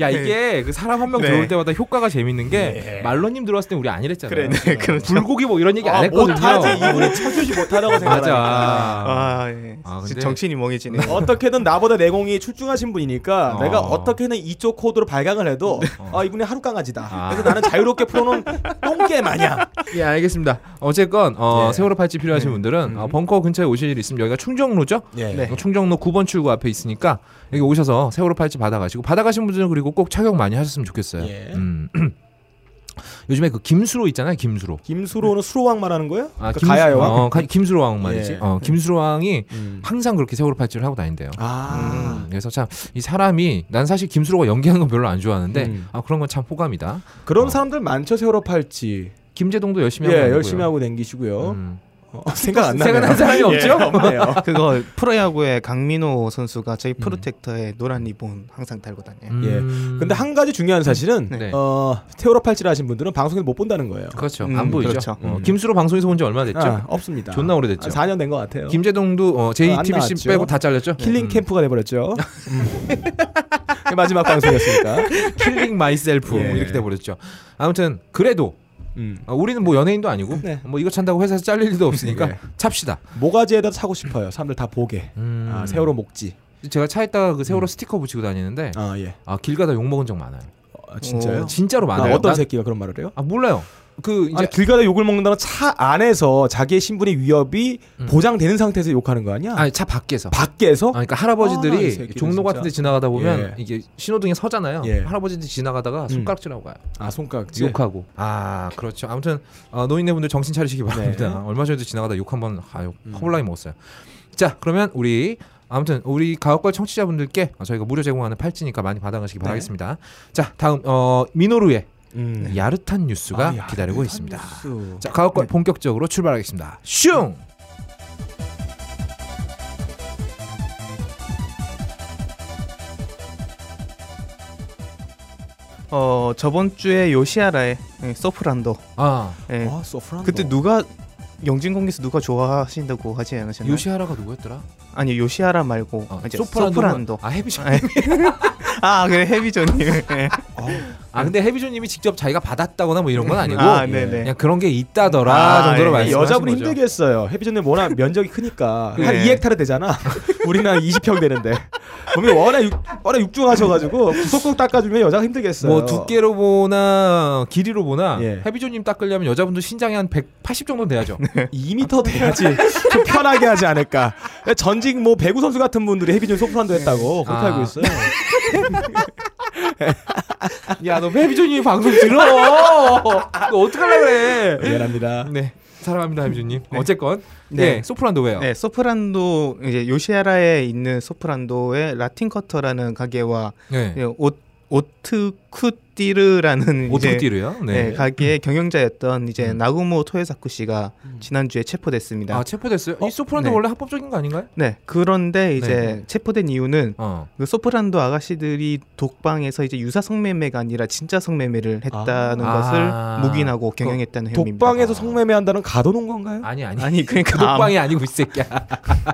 Speaker 1: 야 이게 그 사람 한 명
Speaker 3: 네.
Speaker 1: 들어올 때마다 효과가 재밌는 게
Speaker 2: 네.
Speaker 1: 말로님 들어왔을 때 우리 안 이랬잖아요.
Speaker 2: 그래,
Speaker 3: 네, 그렇죠.
Speaker 1: 불고기 뭐 이런 얘기 안
Speaker 2: 아,
Speaker 1: 했거든요.
Speaker 2: 못하지 아, 이분이 참교시 못하다고 생각하니까.
Speaker 1: 맞아.
Speaker 3: (laughs) 아, 예.
Speaker 1: 아,
Speaker 3: 진짜
Speaker 1: 근데-
Speaker 3: 정신이 멍해지네.
Speaker 2: 어떻게든 나보다 내공이 출중하신 분이니까
Speaker 1: 어. 네.
Speaker 2: 내가 어떻게든 이쪽 코드로 발각을 해도 아 이분이 하루 강아지다.
Speaker 1: 아.
Speaker 2: 그래서 나는 자유롭게 풀어놓은 똥개 마냥.
Speaker 1: 예, 알겠습니다. 어쨌건 어,
Speaker 2: 예.
Speaker 1: 세월호 팔찌 필요하신 분들은
Speaker 2: 음.
Speaker 1: 어, 벙커 근처에 오실 일 있으면 여기가 충정로죠? 어,
Speaker 2: 예.
Speaker 3: 네.
Speaker 1: 충정로 9번 출구 앞에 있으니까 여기 오셔서 네. 세월호 팔찌 받아가시고 받아가신 분들은 그리고 꼭 착용 많이 하셨으면 좋겠어요.
Speaker 2: 예.
Speaker 1: 음. (clears throat) 요즘에 그 김수로 있잖아요, 김수로.
Speaker 2: 김수로는 수로왕 말하는 거예요?
Speaker 1: 아,
Speaker 2: 그
Speaker 1: 김수-
Speaker 2: 가야여왕?
Speaker 1: 어, 가- 김수로 왕 말이지.
Speaker 2: 예.
Speaker 1: 어, 김수로 왕이
Speaker 2: 음.
Speaker 1: 항상 그렇게 세월호 팔찌를 하고 다닌대요.
Speaker 2: 아.
Speaker 1: 음, 그래서 참 이 사람이 난 사실 김수로가 연기하는 건 별로 안 좋아하는데
Speaker 2: 음.
Speaker 1: 아 그런 건 참 호감이다.
Speaker 2: 그런
Speaker 1: 어.
Speaker 2: 사람들 많죠 세월호 팔찌.
Speaker 1: 김재동도 열심히
Speaker 2: 예,
Speaker 1: 하고
Speaker 2: 열심히
Speaker 1: 다니고요.
Speaker 2: 하고 댕기시고요.
Speaker 1: 음.
Speaker 2: 어, (laughs) 생각 안 나네요.
Speaker 1: 생각나는 사람이
Speaker 2: (laughs) 예,
Speaker 1: 없죠?
Speaker 2: 없네요.
Speaker 3: (laughs) 그거 프로야구의 강민호 선수가 저희 프로텍터에 노란 리본 항상 달고 다녀요.
Speaker 1: (laughs) 음.
Speaker 2: 예. 근데 한 가지 중요한 사실은
Speaker 1: 네.
Speaker 2: 어, 세월호 팔찌를 하신 분들은 방송에서 못 본다는 거예요.
Speaker 1: 그렇죠.
Speaker 3: 음,
Speaker 1: 안 보이죠.
Speaker 3: 그렇죠.
Speaker 1: 어, 김수로 방송에서 본 지 얼마 됐죠?
Speaker 2: 아, 없습니다.
Speaker 1: 존나 오래됐죠.
Speaker 2: 아, 4년 된 것 같아요.
Speaker 1: 김재동도 어, JTBC
Speaker 2: 아, 나왔죠. 네.
Speaker 1: 빼고 다 잘렸죠?
Speaker 2: 킬링
Speaker 1: 음.
Speaker 2: 캠프가
Speaker 1: (laughs)
Speaker 2: 돼버렸죠. 음. 마지막 방송이었으니까.
Speaker 1: 킬링 마이셀프
Speaker 2: (laughs) 예.
Speaker 1: 이렇게 돼 버렸죠. 아무튼 그래도
Speaker 2: 음.
Speaker 1: 어, 우리는 뭐 연예인도 아니고
Speaker 2: 네.
Speaker 1: 뭐 이거 찬다고 회사에서 잘릴 일도
Speaker 2: (laughs)
Speaker 1: 없으니까
Speaker 2: 예.
Speaker 1: 찹시다.
Speaker 2: 모가지에다 사고 싶어요. 사람들 다 보게.
Speaker 1: 음.
Speaker 2: 아, 세월호 목지.
Speaker 1: 제가 차에다가 그
Speaker 2: 음.
Speaker 1: 세월호 스티커 붙이고 다니는데
Speaker 2: 아 예.
Speaker 1: 아 길 가다 욕 먹은 적 많아요.
Speaker 2: 어, 진짜요?
Speaker 3: 어,
Speaker 1: 진짜로
Speaker 2: 아,
Speaker 1: 많아요.
Speaker 2: 어떤
Speaker 1: 난-
Speaker 2: 새끼가 그런 말을 해요?
Speaker 1: 아 몰라요. 그 이제
Speaker 2: 아니, 길 가다 욕을 먹는다는 차 안에서 자기의 신분의 위협이
Speaker 1: 음.
Speaker 2: 보장되는 상태에서 욕하는 거 아니야?
Speaker 1: 아니 차 밖에서.
Speaker 2: 밖에서?
Speaker 1: 아, 그러니까
Speaker 2: 아, 이
Speaker 1: 할아버지들이
Speaker 2: 새끼들
Speaker 1: 종로
Speaker 2: 진짜.
Speaker 1: 같은데 지나가다 보면
Speaker 2: 예.
Speaker 1: 이게 신호등에 서잖아요.
Speaker 2: 예. 음.
Speaker 1: 할아버지들이 지나가다가 손가락질하고 가요.
Speaker 2: 아 손가락질.
Speaker 1: 욕하고. 아 그렇죠. 아무튼 어, 노인네분들 정신 차리시기 바랍니다. 얼마 전에도 지나가다 욕 한번 아유 허블라이 먹었어요. 자 그러면 우리 아무튼 우리 가옥걸 청취자분들께 저희가 무료 제공하는 팔찌니까 많이 받아가시기 바라겠습니다. 자 다음 어, 미노루의
Speaker 2: 음.
Speaker 1: 야릇한 뉴스가
Speaker 2: 아, 야,
Speaker 1: 기다리고 있습니다.
Speaker 2: 뉴스.
Speaker 1: 자 가옥걸 본격적으로 출발하겠습니다. 슝.
Speaker 3: 어 저번 주에 요시아라의 예, 소프란도.
Speaker 1: 아
Speaker 3: 예.
Speaker 2: 아, 소프란도.
Speaker 1: 어.
Speaker 3: 그때 누가 영진공개에서 누가 좋아하신다고 하지 않으셨나요?
Speaker 1: 요시하라가 누구였더라?
Speaker 3: 아니 요시아라 말고
Speaker 1: 아,
Speaker 3: 이제
Speaker 1: 소프라노는-
Speaker 3: 소프란도.
Speaker 1: 아 헤비존.
Speaker 3: 아 그래 헤비존님. 예.
Speaker 1: (laughs) 아 근데 헤비존님이 직접 자기가 받았다거나 뭐 이런 건 아니고
Speaker 3: 아 네네.
Speaker 1: 그냥 그런 게 있다더라
Speaker 3: 아,
Speaker 1: 정도로
Speaker 3: 예.
Speaker 1: 말씀하신
Speaker 2: 네, 여자분이
Speaker 1: 거죠.
Speaker 2: 힘들게 했어요. 해비전님 워낙 면적이 크니까 한
Speaker 3: 네.
Speaker 2: 2헥타르 되잖아. (laughs) 우리는 한 20평 되는데 몸이 워낙 육, 워낙 육중하셔가지고 구석구석 닦아주면 여자가 힘들게 했어요.
Speaker 1: 뭐 두께로 보나 길이로 보나
Speaker 2: 예.
Speaker 1: 헤비존님 닦으려면 여자분도 신장이 한 180 정도
Speaker 3: (laughs)
Speaker 1: 돼야죠.
Speaker 2: 네. 2m 돼야지 좀 편하게 하지 않을까. 전직 뭐 배구 선수 같은 분들이 해비전 소프란도 했다고 그렇게
Speaker 1: 아.
Speaker 2: 알고 있어요.
Speaker 1: 야 너 헤비존님 방송 들어. 너 어떡하려 그래.
Speaker 2: 미안합니다.
Speaker 1: 네 사랑합니다 헤비존님. 어쨌건
Speaker 3: 네.
Speaker 1: 네, 소프란도 왜요?
Speaker 3: 네, 소프란도 이제 요시아라에 있는 소프란도의 라틴 커터라는 가게와
Speaker 1: 네.
Speaker 3: 예, 옷 오트쿠띠르라는 이제
Speaker 1: 오토띠르요.
Speaker 3: 네.
Speaker 1: 네. 음.
Speaker 3: 가게의 경영자였던 이제 나구모 토에사쿠 씨가 지난주에 체포됐습니다.
Speaker 1: 아 체포됐어요. 이 소프란도
Speaker 3: 네.
Speaker 1: 원래 합법적인 거 아닌가요?
Speaker 3: 네. 그런데 이제
Speaker 1: 네.
Speaker 3: 체포된 이유는
Speaker 1: 어.
Speaker 3: 그 소프란도 아가씨들이 독방에서 이제 유사 성매매가 아니라 진짜 성매매를 했다는
Speaker 1: 아. 아.
Speaker 3: 것을 묵인하고 경영했다는 혐의입니다.
Speaker 2: 독방에서 성매매한다는 가둬놓은 건가요?
Speaker 1: 아니 아니. (laughs)
Speaker 3: 아니 그러니까
Speaker 1: 독방이 아니고 이 새끼야.
Speaker 3: (laughs)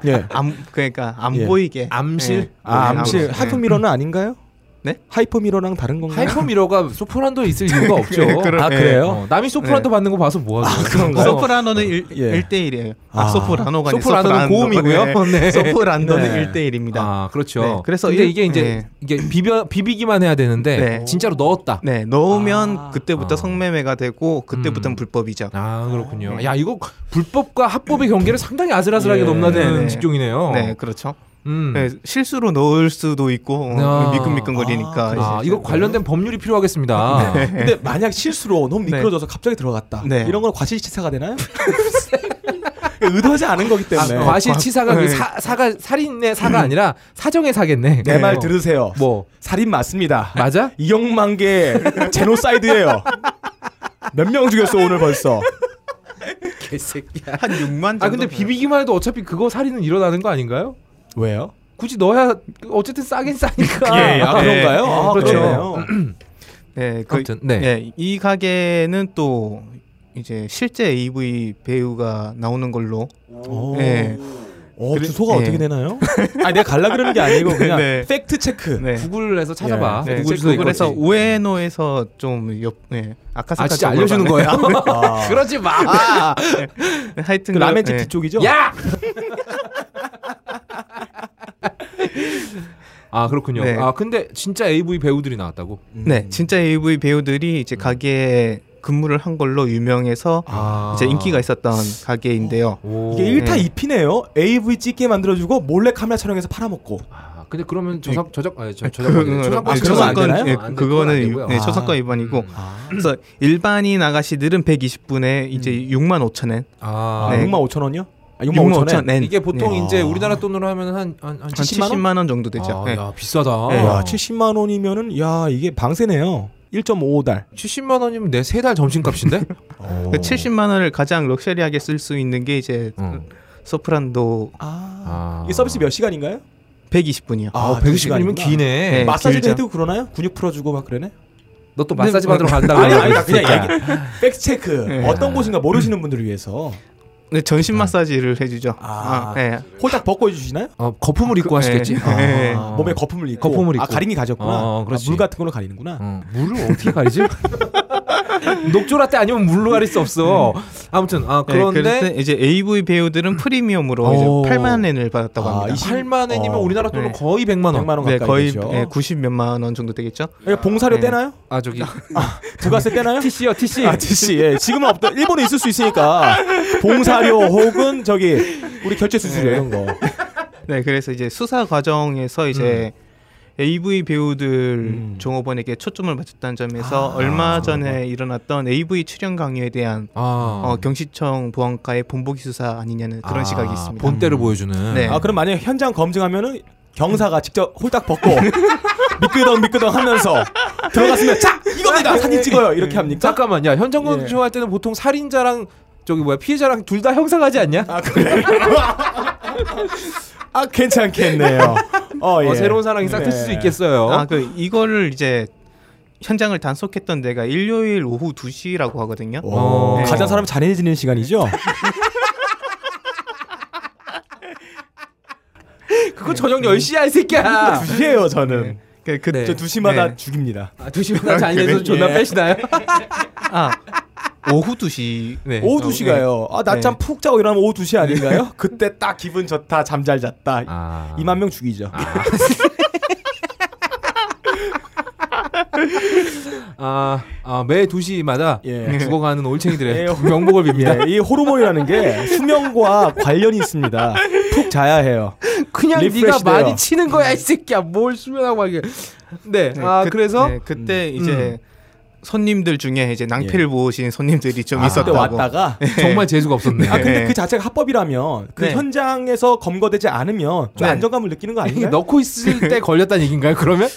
Speaker 2: 예.
Speaker 3: 암, 암- 그러니까 안
Speaker 2: 예.
Speaker 3: 보이게
Speaker 1: 암실?
Speaker 3: 예.
Speaker 2: 아,
Speaker 3: 네,
Speaker 2: 암실
Speaker 3: 암-
Speaker 2: 하이퍼미러는 아닌가요?
Speaker 3: 네?
Speaker 2: 하이퍼미러랑 다른 건가요?
Speaker 1: 하이퍼미러가 소프란도에 있을
Speaker 3: (laughs)
Speaker 1: 이유가 없죠.
Speaker 3: 그런-
Speaker 2: 아
Speaker 3: 예.
Speaker 2: 그래요?
Speaker 1: 어, 남이 소프란도
Speaker 3: 네.
Speaker 1: 받는 어. 거 봐서 뭐하죠?
Speaker 3: 예. 소프라노는 일,
Speaker 2: 예.
Speaker 3: 1대1이에요. 아,
Speaker 2: 아.
Speaker 3: 소프라노가 아니라
Speaker 1: 소프라노는 고음이고요. 네.
Speaker 3: 네. 소프란도는
Speaker 2: 네.
Speaker 3: 일 1대1입니다.
Speaker 1: 아 그렇죠.
Speaker 3: 네, 그래서
Speaker 1: 근데
Speaker 3: 일-
Speaker 1: 이게 이제
Speaker 3: 네.
Speaker 1: 이게 비벼 비비기만 해야 되는데
Speaker 3: 네.
Speaker 1: 진짜로 넣었다.
Speaker 3: 네, 넣으면
Speaker 2: 아.
Speaker 3: 그때부터
Speaker 1: 아.
Speaker 3: 성매매가 되고 그때부터는
Speaker 1: 음.
Speaker 3: 불법이죠.
Speaker 1: 아 그렇군요. 야 이거 불법과 합법의 경계를 상당히 아슬아슬하게
Speaker 2: 예.
Speaker 1: 넘나드는
Speaker 3: 네.
Speaker 1: 직종이네요.
Speaker 3: 네, 그렇죠.
Speaker 1: 어. 음.
Speaker 3: 네, 실수로 넣을 수도 있고
Speaker 1: 아.
Speaker 3: 미끈미끈거리니까.
Speaker 2: 아,
Speaker 1: 아
Speaker 3: 이제-
Speaker 1: 이거 관련된 법률이 필요하겠습니다. 아,
Speaker 2: 근데 만약 실수로 너무 미끄러져서 갑자기 들어갔다.
Speaker 3: 네.
Speaker 2: 이런 건 과실치사가 되나요? (laughs) 의도하지 않은 거기
Speaker 1: 아,
Speaker 2: 때문에.
Speaker 1: 과실치사가 그
Speaker 3: 네.
Speaker 1: 사, 사가 살인의 사가 아니라 사정의 사겠네.
Speaker 2: 내 말
Speaker 1: 어.
Speaker 2: 들으세요.
Speaker 1: 뭐
Speaker 2: 살인 맞습니다.
Speaker 1: 맞아?
Speaker 2: 이영만개 제노사이드예요. 몇 명 죽였어 오늘 벌써.
Speaker 1: 개새끼야.
Speaker 3: 한 6만 정도.
Speaker 1: 아 근데 비비기만 해도 어차피 그거 살인은 일어나는 거 아닌가요?
Speaker 2: 왜요?
Speaker 1: 굳이 넣어야 어쨌든 싸긴 싸니까.
Speaker 2: 예, 예. 아, 그런가요?
Speaker 3: 네,
Speaker 2: 아,
Speaker 1: 그렇죠.
Speaker 2: 그러네요.
Speaker 3: 네, 그,
Speaker 1: 아무튼 네.
Speaker 3: 네, 이 가게는 또 이제 실제 AV 배우가 나오는 걸로.
Speaker 2: 오.
Speaker 3: 네.
Speaker 2: 어, 주소가
Speaker 3: 네.
Speaker 2: 어떻게 되나요? 아, 내가 갈라 그러는 게 아니고 그냥
Speaker 3: 네.
Speaker 2: 팩트 체크.
Speaker 3: 네.
Speaker 1: 구글에서 찾아봐.
Speaker 3: 네,
Speaker 1: 구글 주소
Speaker 3: 그래서
Speaker 1: 있거든.
Speaker 3: 우에노에서 좀 옆, 네, 아카사카
Speaker 1: 아 진짜
Speaker 3: 쪽으로
Speaker 1: 알려주는
Speaker 3: 가면-
Speaker 1: 거예요?
Speaker 2: 아.
Speaker 1: 그러지 마.
Speaker 3: 네, (laughs) 하여튼
Speaker 2: 그 라멘집
Speaker 3: 네.
Speaker 2: 뒤쪽이죠?
Speaker 1: 야. 아 그렇군요.
Speaker 3: 네.
Speaker 1: 아 근데 진짜 AV 배우들이 나왔다고.
Speaker 2: 음.
Speaker 3: 네, 진짜 AV 배우들이
Speaker 1: 음.
Speaker 3: 이제 가게에 근무를 한 걸로 유명해서
Speaker 1: 아 어.
Speaker 3: 이제 인기가 있었던 가게인데요.
Speaker 1: 오.
Speaker 2: 이게 1타
Speaker 3: 네.
Speaker 2: 2피네요. AV 찍게 만들어주고 몰래 카메라 촬영해서 팔아먹고.
Speaker 1: 아, 근데 그러면 저작 저작 아니 저 저작 저작권
Speaker 3: 그거는-
Speaker 2: 그건
Speaker 3: 아,
Speaker 2: 안
Speaker 3: 저작권,
Speaker 2: 되나요?
Speaker 3: 예,
Speaker 1: 안 돼, 그건 안
Speaker 3: 그거는
Speaker 1: 되고요. 음.
Speaker 3: 네,
Speaker 2: 아.
Speaker 3: 저작권 위반이고 그래서 일반인 아가씨들은 120분에 이제
Speaker 1: 음.
Speaker 3: 6만 5천 엔,
Speaker 1: 아,
Speaker 2: 아,
Speaker 3: 네.
Speaker 2: 6만 5천 원이요? 아, 6만,
Speaker 3: 6만
Speaker 2: 5천 원.
Speaker 3: 5천 엔.
Speaker 1: 이게 보통
Speaker 3: 네.
Speaker 1: 이제 우리나라 돈으로 하면 한한 한, 한
Speaker 3: 한
Speaker 1: 70만 원
Speaker 3: 70만 원 정도
Speaker 1: 아,
Speaker 3: 되죠. 네.
Speaker 1: 야 비싸다.
Speaker 3: 네.
Speaker 2: 와, 70만 원이면은 야 이게 방세네요. 1.5달.
Speaker 1: 70만 원이면 내 세 달
Speaker 3: (laughs)
Speaker 1: 점심값인데?
Speaker 3: 그 70만 원을 가장 럭셔리하게 쓸 수 있는 게 이제
Speaker 1: 응.
Speaker 3: 소프란도
Speaker 2: 아.
Speaker 1: 아.
Speaker 2: 이 서비스 몇 시간인가요?
Speaker 3: 120분이요.
Speaker 1: 아,
Speaker 2: 두
Speaker 1: 120이면
Speaker 2: 시간이구나.
Speaker 1: 기네.
Speaker 3: 네.
Speaker 2: 마사지도
Speaker 3: 길죠.
Speaker 2: 해도 그러나요? 근육 풀어주고 막 그러네?
Speaker 1: 너 또 마사지 받으러 간다.
Speaker 2: 아니 아니 나 그냥 얘기 팩스체크
Speaker 3: 네.
Speaker 2: 어떤 곳인가 모르시는 분들을 위해서
Speaker 3: 네, 전신 마사지를 해주죠.
Speaker 2: 아.
Speaker 3: 아, 네.
Speaker 2: 호작 벗고 해주시나요?
Speaker 1: 어, 거품을 입고 하시겠지?
Speaker 3: 네.
Speaker 1: 아.
Speaker 3: 네.
Speaker 2: 아, 몸에 거품을 입고
Speaker 1: 거품을
Speaker 2: 아
Speaker 1: 입고.
Speaker 2: 가림이 가졌구나
Speaker 1: 어,
Speaker 2: 아,
Speaker 1: 그렇지.
Speaker 2: 물 같은 걸로 가리는구나
Speaker 1: 어, 물을 어떻게 가리지? (laughs) 녹조라떼 아니면 물로 가릴 수 없어. 아무튼 아
Speaker 3: 네, 그런데
Speaker 1: 그런데
Speaker 3: 이제 AV 배우들은 프리미엄으로
Speaker 2: 오.
Speaker 3: 이제 8만 엔을 받았다고
Speaker 2: 아,
Speaker 3: 합니다.
Speaker 1: 8만 원이면
Speaker 2: 어.
Speaker 1: 우리나라 돈으로
Speaker 3: 네.
Speaker 1: 거의 100만 원.
Speaker 2: 100만 원
Speaker 3: 네,
Speaker 2: 가까이
Speaker 3: 거의
Speaker 2: 되죠
Speaker 3: 네, 90몇만 원 정도 되겠죠.
Speaker 2: 예, 봉사료
Speaker 3: 네.
Speaker 2: 떼나요?
Speaker 1: 아 저기
Speaker 2: 부가세 떼나요?
Speaker 1: TC요 TC.
Speaker 2: 아, TC. 예. 지금은 없다. 일본에 있을 수 있으니까 봉사료 혹은 저기 우리 결제 수수료 이런 거.
Speaker 3: 네, 그래서 이제 수사 과정에서 이제 AV 배우들
Speaker 2: 음.
Speaker 3: 종업원에게 초점을 맞췄다는 점에서 얼마 전에 일어났던 AV 출연 강요에 대한
Speaker 1: 아.
Speaker 3: 어, 경시청 보안과의 본보기 수사 아니냐는 그런
Speaker 1: 아,
Speaker 3: 시각이 있습니다.
Speaker 1: 본때를 보여주는.
Speaker 3: 네.
Speaker 2: 아, 그럼 만약에 현장 검증하면은 경사가 직접 홀딱 벗고 미끄덩 미끄덩 하면서 들어갔으면 자 이겁니다 사진 찍어요 이렇게 합니까? 예.
Speaker 1: 잠깐만, 야 현장 검증할 때는 보통 살인자랑 저기 뭐야 피해자랑 둘 다 형사가지 않냐?
Speaker 2: 아 그래. 아 괜찮겠네요. 어, 예. 네.
Speaker 1: 어, 새로운 사랑이 싹 트칠 수 있겠어요.
Speaker 3: 아, 그 이거를 이제 현장을 단속했던 데가 일요일 오후 2시라고 하거든요.
Speaker 2: 오,
Speaker 1: 네.
Speaker 2: 가장 사람 잔인해지는 시간이죠.
Speaker 3: 네.
Speaker 1: 그거 저녁 10시야 이 새끼야.
Speaker 2: 아, 두시예요 저는.
Speaker 3: 그, 그,
Speaker 1: 네.
Speaker 2: 저 두 시마다
Speaker 3: 네.
Speaker 2: 죽입니다.
Speaker 1: 아, 2시면 나 잔인해서
Speaker 3: 그래?
Speaker 1: 존나
Speaker 2: 예.
Speaker 1: 빼시나요?
Speaker 3: 아, 오후 2시.
Speaker 1: 네.
Speaker 2: 오후 2시가요. 아, 낮잠 푹 자고 일어나면 오후 2시 아닌가요? (laughs) 그때 딱 기분 좋다, 잠 잘 잤다.
Speaker 1: 아.
Speaker 2: 2만 명 죽이죠.
Speaker 1: 아, 아, 매 2시마다
Speaker 2: 예.
Speaker 1: 죽어가는
Speaker 3: (laughs)
Speaker 1: 올챙이들의
Speaker 2: 예.
Speaker 1: 명복을 빕니다.
Speaker 2: 예, 이 호르몬이라는 게 수면과 관련이 있습니다. 푹 자야 해요.
Speaker 1: 그냥 네가
Speaker 2: 리프레시 돼요.
Speaker 1: 많이 치는 거야 이 새끼야. 뭘 수면하고 하게. 네.
Speaker 3: 네,
Speaker 1: 아,
Speaker 3: 그-
Speaker 1: 그, 래서
Speaker 3: 네, 그때
Speaker 2: 음.
Speaker 3: 이제 손님들 중에 이제 낭패를 보신 손님들이 좀
Speaker 2: 예. 아, 그때
Speaker 3: 있었다고.
Speaker 2: 왔다가
Speaker 1: 그 정말 재수가 없었네.
Speaker 2: 아 근데
Speaker 3: 네.
Speaker 2: 그 자체가 합법이라면 그
Speaker 3: 네.
Speaker 2: 현장에서 검거되지 않으면 좀
Speaker 3: 네.
Speaker 2: 안정감을 느끼는 거
Speaker 1: 이게
Speaker 2: 아닌가요?
Speaker 1: 넣고 있을 때 걸렸다는 얘기인가요? 그러면? (laughs)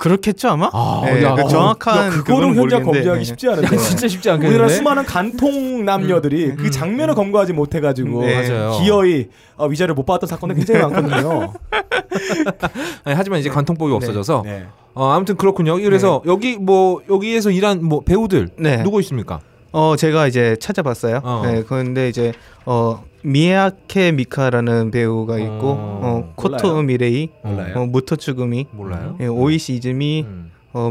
Speaker 3: 그렇겠죠 아마.
Speaker 1: 아,
Speaker 3: 네,
Speaker 1: 야,
Speaker 3: 그
Speaker 1: 어,
Speaker 3: 정확한
Speaker 2: 야, 그거는 현장
Speaker 3: 모르겠는데,
Speaker 2: 검증하기
Speaker 3: 네.
Speaker 2: 쉽지 않은데.
Speaker 1: 진짜 쉽지
Speaker 2: 우리나라
Speaker 1: 않겠는데.
Speaker 2: 수많은 간통 남녀들이 그 장면을 검거하지 못해가지고
Speaker 3: 네.
Speaker 1: 맞아요.
Speaker 2: 기어이 어, 위자를 못 받았던 사건도 굉장히 많거든요.
Speaker 1: 아니, 네, 하지만 이제 관통법이 없어져서
Speaker 2: 네.
Speaker 1: 어, 아무튼 그렇군요. 그래서 여기 뭐 여기에서 일한 뭐 배우들
Speaker 3: 네.
Speaker 1: 누구 있습니까?
Speaker 3: 어 제가 이제 찾아봤어요.
Speaker 1: 어.
Speaker 3: 네, 그런데 이제 어 미야케 미카라는 배우가 있고
Speaker 1: 어,
Speaker 3: 어, 코토
Speaker 2: 아, 몰라요. 네.
Speaker 3: 미레이,
Speaker 2: (laughs) 몰라요.
Speaker 3: 어, 무토츠구미,
Speaker 1: 몰라요.
Speaker 3: 예, 오이시 이즈미,
Speaker 1: 음.
Speaker 3: 어,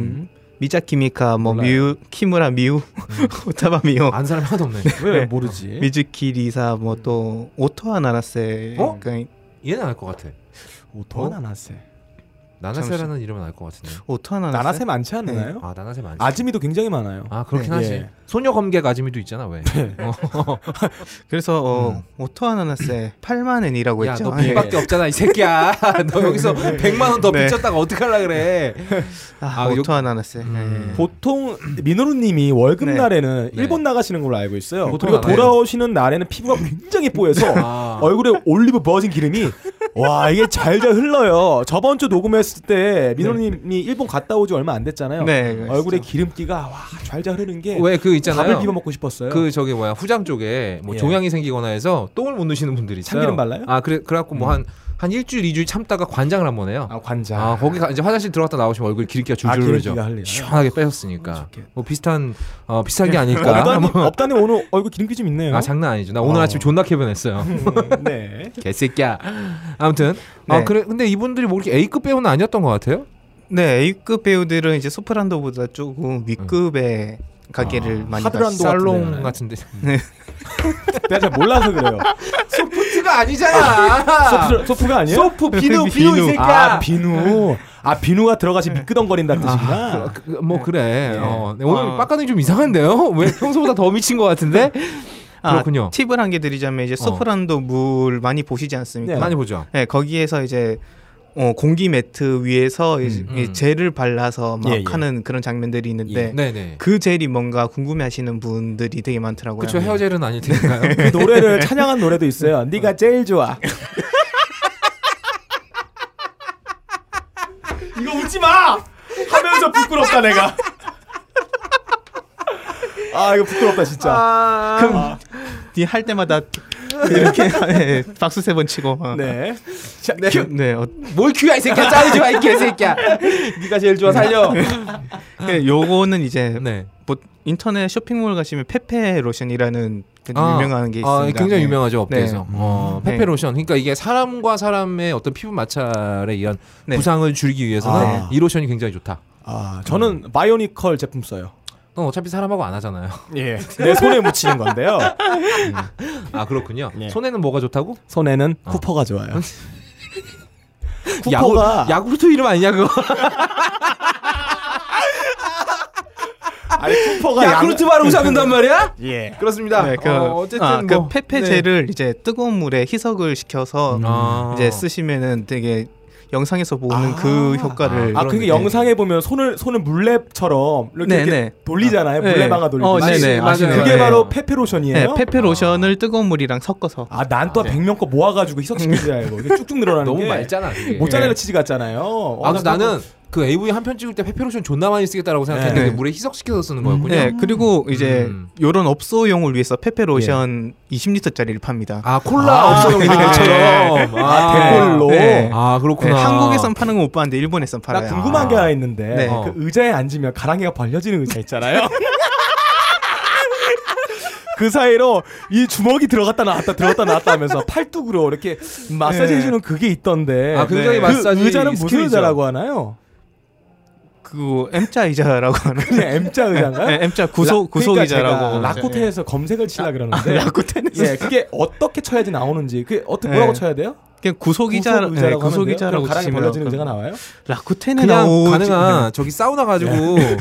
Speaker 3: 미자키 미카, 뭐 미우, 키무라 미우, (laughs) 오타바 미오,
Speaker 1: 음. 아는 예? 사람이 하나도 (laughs) 없네.
Speaker 2: 왜 모르지?
Speaker 3: 미즈키 리사, 뭐 또 오토아 나나세.
Speaker 1: 음. 어?
Speaker 3: 그러니까
Speaker 1: 얘는 알 것 같아.
Speaker 2: 오토 나나세.
Speaker 1: 나나세라는 이름은 알 것 같은데.
Speaker 3: 오토아 네? 나나세.
Speaker 2: 나나세 많지 않나요?
Speaker 1: 아 나나세 많지.
Speaker 2: 아지미도 굉장히 많아요.
Speaker 1: 아 그렇긴
Speaker 2: 네,
Speaker 1: 하지.
Speaker 2: 예.
Speaker 1: 소녀 검객 아지미도 있잖아 왜. (laughs) 어.
Speaker 3: 그래서 어, 오토아 나나세 8만 엔이라고 했죠.
Speaker 1: 음. 야너
Speaker 3: 예.
Speaker 1: 빚밖에 없잖아 이 새끼야. (laughs) 너
Speaker 2: (laughs)
Speaker 1: 여기서
Speaker 2: 네.
Speaker 1: 100만 원 더 빚졌다가 어떡하려 그래.
Speaker 3: 아,
Speaker 1: 아, 요-
Speaker 3: 오토아 나나세. 예.
Speaker 1: 음.
Speaker 2: 보통 민호루님이 월급
Speaker 3: 네.
Speaker 2: 날에는
Speaker 1: 네.
Speaker 2: 일본 나가시는 걸로 알고 있어요.
Speaker 1: 보통
Speaker 2: 그리고
Speaker 1: 나가요.
Speaker 2: 돌아오시는 날에는
Speaker 3: (laughs)
Speaker 2: 피부가 굉장히 뽀여서
Speaker 1: 아.
Speaker 2: 네. 얼굴에 올리브 버진 기름이 와 이게 잘잘 흘러요. 저번 주 녹음했을 때 민호루님이 일본 갔다 오지 얼마 안 됐잖아요.
Speaker 3: 네, 그렇죠.
Speaker 2: 얼굴에 기름기가 와 잘잘 흐르는 게
Speaker 1: 왜 그
Speaker 2: 밥을
Speaker 1: 있잖아요.
Speaker 2: 비벼 먹고 싶었어요.
Speaker 1: 그 저기 뭐야 후장 쪽에 뭐
Speaker 2: 예.
Speaker 1: 종양이 생기거나 해서 똥을 못 누시는 분들이 있어요.
Speaker 2: 참기름 발라요? 음.
Speaker 1: 아 그래 그래갖고 뭐 한 한 일주일 이주일 참다가 관장을 한 번 해요.
Speaker 2: 아 관자.
Speaker 1: 아 거기 가, 이제 화장실 들어갔다 나오시면 얼굴 기름기가 줄줄
Speaker 2: 아,
Speaker 1: 흐르죠.
Speaker 2: 기름기가 흘리나요? 음,
Speaker 1: 시원하게 빼셨으니까. 뭐 비슷한 어 비슷한 게
Speaker 2: 예.
Speaker 1: 아닐까.
Speaker 2: 업다님,
Speaker 1: 뭐.
Speaker 2: 업다님 오늘 얼굴 기름기 좀 있네요.
Speaker 1: 아 장난 아니죠. 나 오늘
Speaker 2: 어.
Speaker 1: 아침 존나 캐변했어요. (laughs)
Speaker 2: 네.
Speaker 1: 개새끼야. 아무튼 아
Speaker 3: 네.
Speaker 1: 그래 근데 이분들이 뭐 이렇게 A급 배우는 아니었던 것 같아요.
Speaker 3: 네, A급 배우들은 이제 소프란도보다
Speaker 1: 음.
Speaker 3: 조금 위급의
Speaker 1: 아,
Speaker 3: 가게를 많이
Speaker 2: 하드란도
Speaker 3: 봤어요.
Speaker 1: 살롱 같은데. 음.
Speaker 2: 내가 잘 몰라서 그래요.
Speaker 1: 소프트가 아니잖아.
Speaker 2: 소프, 소프가 아니에요?
Speaker 1: 소프
Speaker 2: (laughs)
Speaker 1: 비누 비누 이 새끼야.
Speaker 2: 아 비누 아 비누가 들어가시 미끄덩거린다는 뜻이구나
Speaker 1: 그, 그, 뭐 그래. 어, 네, 오늘
Speaker 3: 아.
Speaker 1: 빡가는 좀 이상한데요? (laughs) 왜 평소보다 더 미친 것 같은데?
Speaker 3: 아,
Speaker 1: 그렇군요. 어.
Speaker 3: 팁을 한 개 드리자면 이제 소프란도 물 많이 보시지 않습니까?
Speaker 2: 네.
Speaker 1: 많이 보죠.
Speaker 3: 네, 거기에서 이제 어, 공기 매트 위에서 이-
Speaker 2: 음.
Speaker 3: 이 젤을 발라서 막
Speaker 2: 예, 예.
Speaker 3: 하는 그런 장면들이 있는데
Speaker 1: 예, 네네.
Speaker 3: 그 젤이 뭔가 궁금해하시는 분들이 되게 많더라고요.
Speaker 1: 그쵸 헤어젤은 아닐 테니까요.
Speaker 2: 그 (laughs) 노래를 찬양한 노래도 있어요. 네가 제일 좋아. (laughs) 이거 웃지 마. 하면서 부끄럽다 내가. 아 이거 부끄럽다 진짜.
Speaker 3: 네, 할 때마다 (laughs) 이렇게 예, 박수 세 번 치고. 어.
Speaker 2: 네. 자,
Speaker 1: 네.
Speaker 2: 큐.
Speaker 3: 네, 어,
Speaker 1: (laughs) 뭘 귀야 이 새끼야 자르지 마이 개새끼야. 네가 제일 좋아 살려.
Speaker 3: 예, 요거는 이제
Speaker 1: 네.
Speaker 3: 뭐 인터넷 쇼핑몰 가시면 페페 로션이라는
Speaker 1: 아,
Speaker 3: 유명한 게
Speaker 1: 아,
Speaker 3: 있습니다.
Speaker 1: 굉장히
Speaker 3: 예.
Speaker 1: 유명하죠 업계에서.
Speaker 3: 네.
Speaker 1: 어,
Speaker 3: 네.
Speaker 1: 페페로션. 그러니까 이게 사람과 사람의 어떤 피부 마찰에 의한
Speaker 3: 네.
Speaker 1: 부상을 줄이기 위해서는
Speaker 2: 아.
Speaker 1: 이 로션이 굉장히 좋다.
Speaker 2: 아 저는 바이오니컬 제품 써요.
Speaker 1: 넌 어차피 사람하고 안 하잖아요. (laughs)
Speaker 2: 예. 내 손에 묻히는 건데요.
Speaker 1: 아 그렇군요.
Speaker 2: 네.
Speaker 1: 손에는 뭐가 좋다고?
Speaker 2: 손에는 쿠퍼가 (laughs) 좋아요.
Speaker 1: 야구,
Speaker 2: 쿠퍼가
Speaker 1: 야구르트 이름 아니냐 그거?
Speaker 2: 아니 쿠퍼가
Speaker 1: 야구르트 바르고 잡는단 말이야?
Speaker 2: 예.
Speaker 1: 그렇습니다.
Speaker 3: 네, 그,
Speaker 1: 어, 쨌든
Speaker 3: 아,
Speaker 1: 뭐
Speaker 3: 그 페페
Speaker 1: 네.
Speaker 3: 젤을 이제 뜨거운 물에 희석을 시켜서
Speaker 2: 음.
Speaker 3: 음,
Speaker 1: 아.
Speaker 3: 이제 쓰시면은 되게 영상에서 보는 그 효과를
Speaker 2: 아 그게
Speaker 3: 이루는데.
Speaker 2: 영상에 보면 손을 손을 물레처럼 이렇게,
Speaker 3: 네,
Speaker 2: 이렇게
Speaker 3: 네.
Speaker 2: 돌리잖아요.
Speaker 3: 네.
Speaker 2: 물레방아 돌리듯이.
Speaker 3: 어,
Speaker 1: 맞아요,
Speaker 3: 네네,
Speaker 1: 맞아요.
Speaker 3: 맞아요.
Speaker 2: 그게
Speaker 1: 네.
Speaker 2: 바로 페페로션이에요.
Speaker 3: 네, 페페 로션을 뜨거운 물이랑 섞어서
Speaker 2: 아, 난 또 100명 거 모아가지고 희석시킨 줄 알고 이게 쭉쭉
Speaker 1: (laughs)
Speaker 2: 늘어나는
Speaker 1: 너무
Speaker 2: 게
Speaker 1: 말잖아. 그게.
Speaker 2: 모짜렐라 치즈 같잖아요. 어,
Speaker 1: 아, 그래서
Speaker 2: 나
Speaker 1: 네. 나는 그 AV 한 편 찍을 때 페페로션 존나 많이 쓰겠다라고 생각했는데
Speaker 3: 네.
Speaker 1: 그게 물에 희석시켜서 쓰는 거였군요.
Speaker 3: 네, 그리고 이제
Speaker 1: 음.
Speaker 3: 요런 업소용을 위해서 페페 로션 20리터짜리를 팝니다.
Speaker 1: 아 콜라
Speaker 2: 예. 아,
Speaker 1: 없어용
Speaker 2: 네.
Speaker 1: 이들처럼
Speaker 2: 아, 대걸로.
Speaker 3: 네.
Speaker 1: 아
Speaker 3: 네,
Speaker 1: 그렇구나.
Speaker 3: 한국에선 파는 건 못 봤는데 일본에선
Speaker 2: 나
Speaker 3: 팔아요.
Speaker 2: 궁금한 게 하나 있는데
Speaker 3: 네.
Speaker 2: 그 의자에 앉으면 가랑이가 벌려지는 의자 있잖아요. (laughs) 그 사이로 이 주먹이 들어갔다 나왔다 들어갔다 나왔다 하면서 팔뚝으로 이렇게 마사지
Speaker 3: 네.
Speaker 2: 해주는 그게 있던데
Speaker 1: 아, 굉장히
Speaker 2: 그
Speaker 1: 마사지
Speaker 2: 의자는 무슨
Speaker 1: 스킬이죠.
Speaker 2: 의자라고 하나요?
Speaker 3: 그 M자 의자라고 하는
Speaker 2: 그냥 M자 의자인가요?
Speaker 3: (laughs) 네, M자 구소 구소 의자라고
Speaker 2: 그러니까
Speaker 3: 네. 예.
Speaker 2: 라쿠텐에서 검색을 치려고 그러는데
Speaker 3: 아, 라쿠텐에서
Speaker 2: 예, 그게 어떻게 쳐야지 나오는지 그게 어떻게 뭐라고
Speaker 3: 네.
Speaker 2: 쳐야 돼요?
Speaker 3: 그냥 구소 기자 네,
Speaker 2: 구석 의자라고 하면 돼요? 그럼
Speaker 3: 구소 기자라고
Speaker 2: 가랑이
Speaker 3: 치면
Speaker 2: 벌려지는
Speaker 3: 그-
Speaker 2: 의자가 나와요?
Speaker 3: 라쿠텐에
Speaker 1: 그냥
Speaker 3: 나오지
Speaker 1: 가능한 저기 사우나 가지고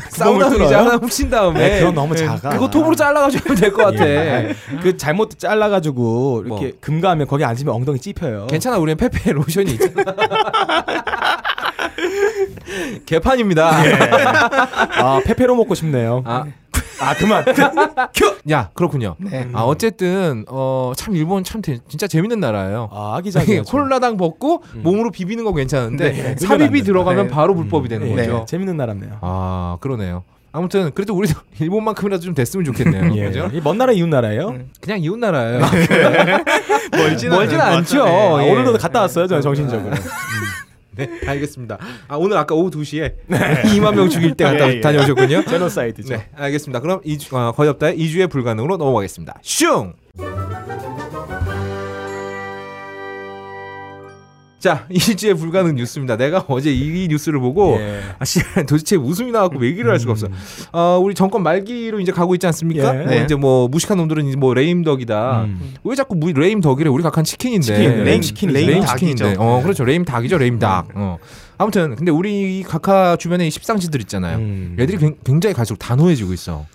Speaker 1: 사우나
Speaker 2: 구멍을
Speaker 1: 의자
Speaker 2: 뚫어요?
Speaker 1: 하나 훔친 다음에
Speaker 2: 네, 그건 너무 작아.
Speaker 1: 그거 톱으로 잘라가지고 될 것 같아.
Speaker 2: 예. 그 잘못 잘라가지고 이렇게
Speaker 1: 뭐.
Speaker 2: 금가하면 거기 앉으면 엉덩이 찝혀요.
Speaker 1: 괜찮아 우리는 페페 로션이 있잖아. (laughs) 개판입니다.
Speaker 2: 아 페페로 먹고 싶네요.
Speaker 1: 아, (laughs)
Speaker 2: 아 그만.
Speaker 1: 야 그렇군요.
Speaker 3: 네.
Speaker 1: 아 어쨌든 어 참 일본 참 대- 진짜 재밌는 나라예요.
Speaker 2: 아
Speaker 1: 이게
Speaker 2: 아기자기.
Speaker 1: 콜라당 벗고 몸으로 비비는 건 괜찮은데
Speaker 3: 네.
Speaker 2: 그건 안
Speaker 1: 삽입이 들어가면
Speaker 3: 네.
Speaker 1: 바로 불법이 되는
Speaker 2: 예,
Speaker 1: 거죠.
Speaker 2: 예, 재밌는 나라네요.
Speaker 1: 아 그러네요. 아무튼 그래도 (laughs) 우리 도 일본만큼이라도 좀 됐으면 좋겠네요.
Speaker 2: (laughs) 예,
Speaker 1: 아, 그죠? 음.
Speaker 2: 이먼 나라 이웃 나라예요?
Speaker 1: 그냥 이웃 나라예요.
Speaker 3: 멀지는,
Speaker 1: 멀지는
Speaker 3: 않은
Speaker 1: 않죠.
Speaker 3: 것 같아요. 네.
Speaker 2: 아,
Speaker 1: 예.
Speaker 2: 오늘도 갔다 왔어요, 저는 정신적으로.
Speaker 1: (laughs) 네, 알겠습니다. 아 오늘 아까 오후 2시에 2만 명 죽일 때 갔다
Speaker 2: 예, 예.
Speaker 1: 다녀오셨군요.
Speaker 2: (laughs) 제노사이드죠.
Speaker 1: 네, 알겠습니다. 그럼 이주 아, 거의 없다의 2주의 불가능으로 넘어가겠습니다. 슝! 자, 2주의 불가능 뉴스입니다. 내가 어제 이 뉴스를 보고
Speaker 2: 예.
Speaker 1: 아, 씨, (laughs) 도대체 웃음이 나갖고 왜 얘기를 할 수가 없어. 어, 우리 정권 말기로 이제 가고 있지 않습니까?
Speaker 2: 예.
Speaker 1: 뭐
Speaker 3: 네.
Speaker 1: 이제 뭐 무식한 놈들은 이제 뭐 레임덕이다.
Speaker 2: 음.
Speaker 1: 왜 자꾸 무, 레임덕이래? 우리 각한 치킨인데.
Speaker 2: 치킨, 레임 치킨이죠. 음.
Speaker 1: 레임
Speaker 3: 레임
Speaker 1: 치킨인데.
Speaker 3: 닭이죠.
Speaker 1: 어, 그렇죠. 레임 닭이죠. 레임 닭. 어. 아무튼 근데 우리 각하 주변에 이 십상시들 있잖아요.
Speaker 2: 음.
Speaker 1: 애들이 굉- 굉장히 갈수록 단호해지고 있어.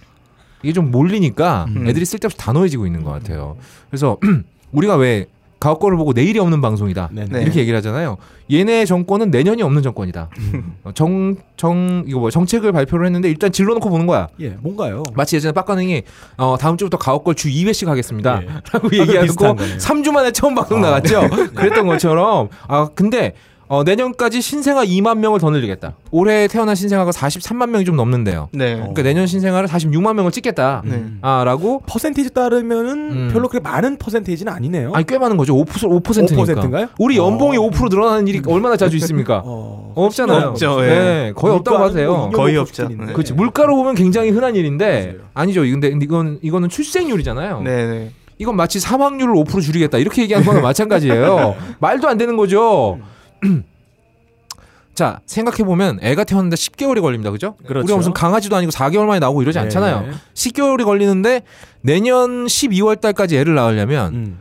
Speaker 1: 이게 좀 몰리니까
Speaker 2: 음.
Speaker 1: 애들이 쓸데없이 단호해지고 있는 것 같아요. 그래서 (clears throat) 우리가 왜 가옥거를 보고 내일이 없는 방송이다.
Speaker 2: 네네.
Speaker 1: 이렇게 얘기를 하잖아요. 얘네 정권은 내년이 없는 정권이다.
Speaker 2: 음.
Speaker 1: 어, 정, 정, 이거 뭐 정책을 발표를 했는데 일단 질러놓고 보는 거야.
Speaker 2: 예, 뭔가요?
Speaker 1: 마치 예전에 빡가능이 어, 다음 주부터 가옥걸 주 2회씩 하겠습니다.
Speaker 2: 예.
Speaker 1: (laughs) 라고
Speaker 2: 비슷한
Speaker 1: 얘기하고
Speaker 2: 거네요.
Speaker 1: 3주 만에 처음 방송
Speaker 2: 아. (laughs)
Speaker 1: 나갔죠. 그랬던 것처럼 아 근데 어, 내년까지 신생아 2만 명을 더 늘리겠다. 올해 태어난 신생아가 43만 명이 좀 넘는데요.
Speaker 2: 어.
Speaker 3: 네.
Speaker 1: 그러니까 내년 신생아를 46만 명을 찍겠다.
Speaker 3: 네.
Speaker 1: 아라고
Speaker 2: 퍼센테이지 따르면은
Speaker 1: 음.
Speaker 2: 별로 그렇게 많은 퍼센테이지는 아니네요.
Speaker 1: 아니 꽤 많은 거죠. 5%, 5%니까.
Speaker 2: 5%인가요?
Speaker 1: 우리 연봉이
Speaker 2: 어.
Speaker 1: 5% 늘어나는 일이 얼마나 자주 있습니까?
Speaker 2: (laughs) 어.
Speaker 1: 없잖아요.
Speaker 3: 없죠, 예.
Speaker 1: 네, 거의 없다고
Speaker 2: 물가는
Speaker 1: 봐도 돼요.
Speaker 2: 뭐
Speaker 3: 거의
Speaker 2: 2.5%
Speaker 3: 없죠.
Speaker 2: 수준인데.
Speaker 3: 네.
Speaker 1: 그렇지 물가로 보면 굉장히 흔한 일인데
Speaker 2: 맞아요.
Speaker 1: 아니죠. 근데 이건 이거는 출생률이잖아요.
Speaker 3: 네, 네.
Speaker 1: 이건 마치 사망률을 5% 줄이겠다 이렇게 얘기하는 거나 마찬가지예요. 말도 안 되는 거죠. (clears throat) 자 생각해 보면 애가 태어났는데 10개월이 걸립니다, 그죠?
Speaker 2: 그렇죠.
Speaker 1: 우리가 무슨 강아지도 아니고 4개월 만에 나오고 이러지
Speaker 2: 예,
Speaker 1: 않잖아요.
Speaker 2: 예.
Speaker 1: 10개월이 걸리는데 내년 12월 달까지 애를 낳으려면
Speaker 2: 음.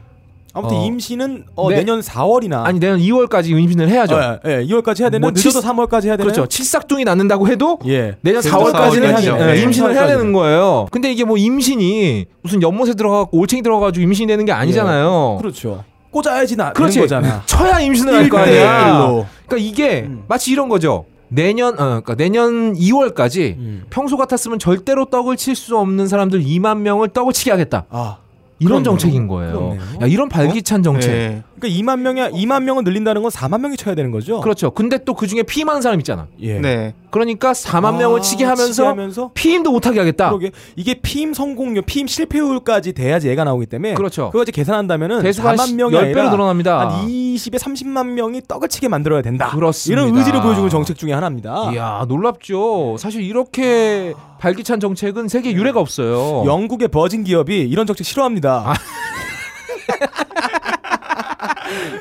Speaker 2: 아무튼
Speaker 1: 어.
Speaker 2: 임신은 어,
Speaker 1: 네.
Speaker 2: 내년 4월이나
Speaker 1: 아니 내년 2월까지 임신을 해야죠.
Speaker 2: 예, 예, 2월까지 해야 되는
Speaker 1: 뭐
Speaker 2: 늦어도
Speaker 1: 칠-
Speaker 2: 3월까지 해야 되는
Speaker 1: 그렇죠. 칠삭둥이 낳는다고 해도
Speaker 2: 예.
Speaker 1: 내년
Speaker 3: 그래도
Speaker 1: 4월까지는
Speaker 3: 4월까지.
Speaker 1: 예,
Speaker 3: 네.
Speaker 1: 임신을 해야
Speaker 2: 4월까지.
Speaker 1: 되는 거예요. 근데 이게 뭐 임신이 무슨 연못에 들어가고 올챙이 들어가가지고 임신이 되는 게 아니잖아요.
Speaker 2: 그렇죠. 꽂아야지 나
Speaker 1: 그렇지.
Speaker 2: 되는
Speaker 1: (laughs)
Speaker 2: 거잖아.
Speaker 1: 쳐야 임신을 할 거 아니야.
Speaker 2: 일로. 음.
Speaker 1: 그러니까 이게 마치 이런 거죠. 내년 어, 그러니까 내년 2월까지
Speaker 2: 음.
Speaker 1: 평소 같았으면 절대로 떡을 칠 수 없는 사람들 2만 명을 떡을 치게 하겠다.
Speaker 2: 아,
Speaker 1: 이런
Speaker 2: 그렇네요.
Speaker 1: 정책인 거예요.
Speaker 2: 그렇네요.
Speaker 1: 야, 이런 발기찬 정책.
Speaker 3: 네.
Speaker 2: 그러니까 2만 명이 2만 명을 늘린다는 건 4만 명이 쳐야 되는 거죠.
Speaker 1: 그렇죠. 근데 또 그 중에 피 많은 사람 있잖아.
Speaker 2: 예.
Speaker 3: 네.
Speaker 1: 그러니까
Speaker 2: 아,
Speaker 1: 4만 명을 치게 하면서 아. 피임도 못하게 하겠다.
Speaker 2: 그러게 이게 피임 성공률, 피임 실패율까지 돼야지 얘가 나오기 때문에
Speaker 1: 그렇죠.
Speaker 2: 그거 이제 계산한다면은
Speaker 1: 대수가 한
Speaker 2: 4만 명이
Speaker 1: 10배로
Speaker 2: 아니라
Speaker 1: 늘어납니다.
Speaker 2: 한 20에 30만 명이 떡을 치게 만들어야 된다.
Speaker 1: 그렇습니다. 예.
Speaker 2: 이런 의지를 보여주는 정책 중에 하나입니다.
Speaker 1: 이야 놀랍죠. 사실 이렇게 발기찬 정책은 세계 유례가 없어요.
Speaker 2: 영국의 버진 기업이 이런 정책 싫어합니다.
Speaker 1: 아.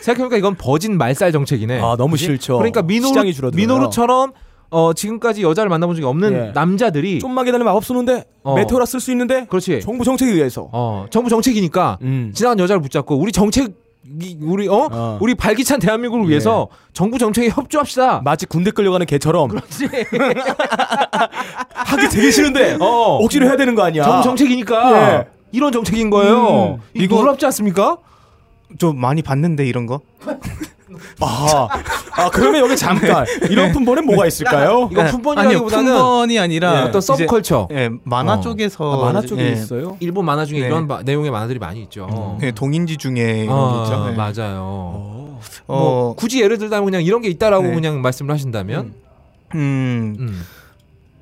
Speaker 1: 생각해보니까 이건 버진 말살 정책이네.
Speaker 2: 아, 너무 싫죠.
Speaker 1: 그러니까
Speaker 2: 시장이
Speaker 1: 민호루,
Speaker 2: 줄어들어요.
Speaker 1: 민호루처럼 어, 지금까지 여자를 만나본 적이 없는
Speaker 2: 예.
Speaker 1: 남자들이
Speaker 2: 좀만 기다리면 마법 쓰는데
Speaker 1: 어.
Speaker 2: 메테오라 쓸 수 있는데
Speaker 1: 그렇지.
Speaker 2: 정부 정책에 의해서
Speaker 1: 어, 정부 정책이니까
Speaker 2: 음.
Speaker 1: 지나간 여자를 붙잡고 우리 정책 이- 우리 어?
Speaker 2: 어. 예.
Speaker 1: 우리 발기찬 대한민국을 위해서 정부 정책에 협조합시다.
Speaker 2: 마치 군대 끌려가는 개처럼
Speaker 1: 맞지?
Speaker 2: 하기 되게 싫은데
Speaker 1: 어.
Speaker 2: 억지로 해야 되는 거 아니야.
Speaker 1: 정부 정책이니까
Speaker 2: 예.
Speaker 1: 이런 정책인 거예요.
Speaker 2: 음.
Speaker 1: 이거 놀랍지 않습니까?
Speaker 3: 좀 많이 봤는데 이런 거.
Speaker 2: 아, 아 그러면 여기 잠깐 이런 품번에 뭐가
Speaker 1: 이거
Speaker 2: 있을까요?
Speaker 1: 그러니까 품번이라기보다는
Speaker 3: 아니요, 품번이
Speaker 2: 예.
Speaker 3: 아니라
Speaker 1: 어떤
Speaker 3: 네. 이제,
Speaker 1: 서브컬처.
Speaker 3: 예, 만화
Speaker 1: 어.
Speaker 3: 쪽에서
Speaker 2: 아, 만화 쪽에
Speaker 3: 예,
Speaker 2: 있어요.
Speaker 1: 일본 만화 중에
Speaker 3: 네.
Speaker 1: 이런 바- 내용의 만화들이 많이 있죠.
Speaker 3: 예, 동인지 중에 이런 게 있죠.
Speaker 1: 아,
Speaker 3: 예.
Speaker 1: 맞아요.
Speaker 3: 어,
Speaker 1: 뭐 굳이 예를 들자면 그냥 이런 게 있다라고
Speaker 3: 네.
Speaker 1: 그냥 말씀을 하신다면
Speaker 3: 음,
Speaker 1: 음.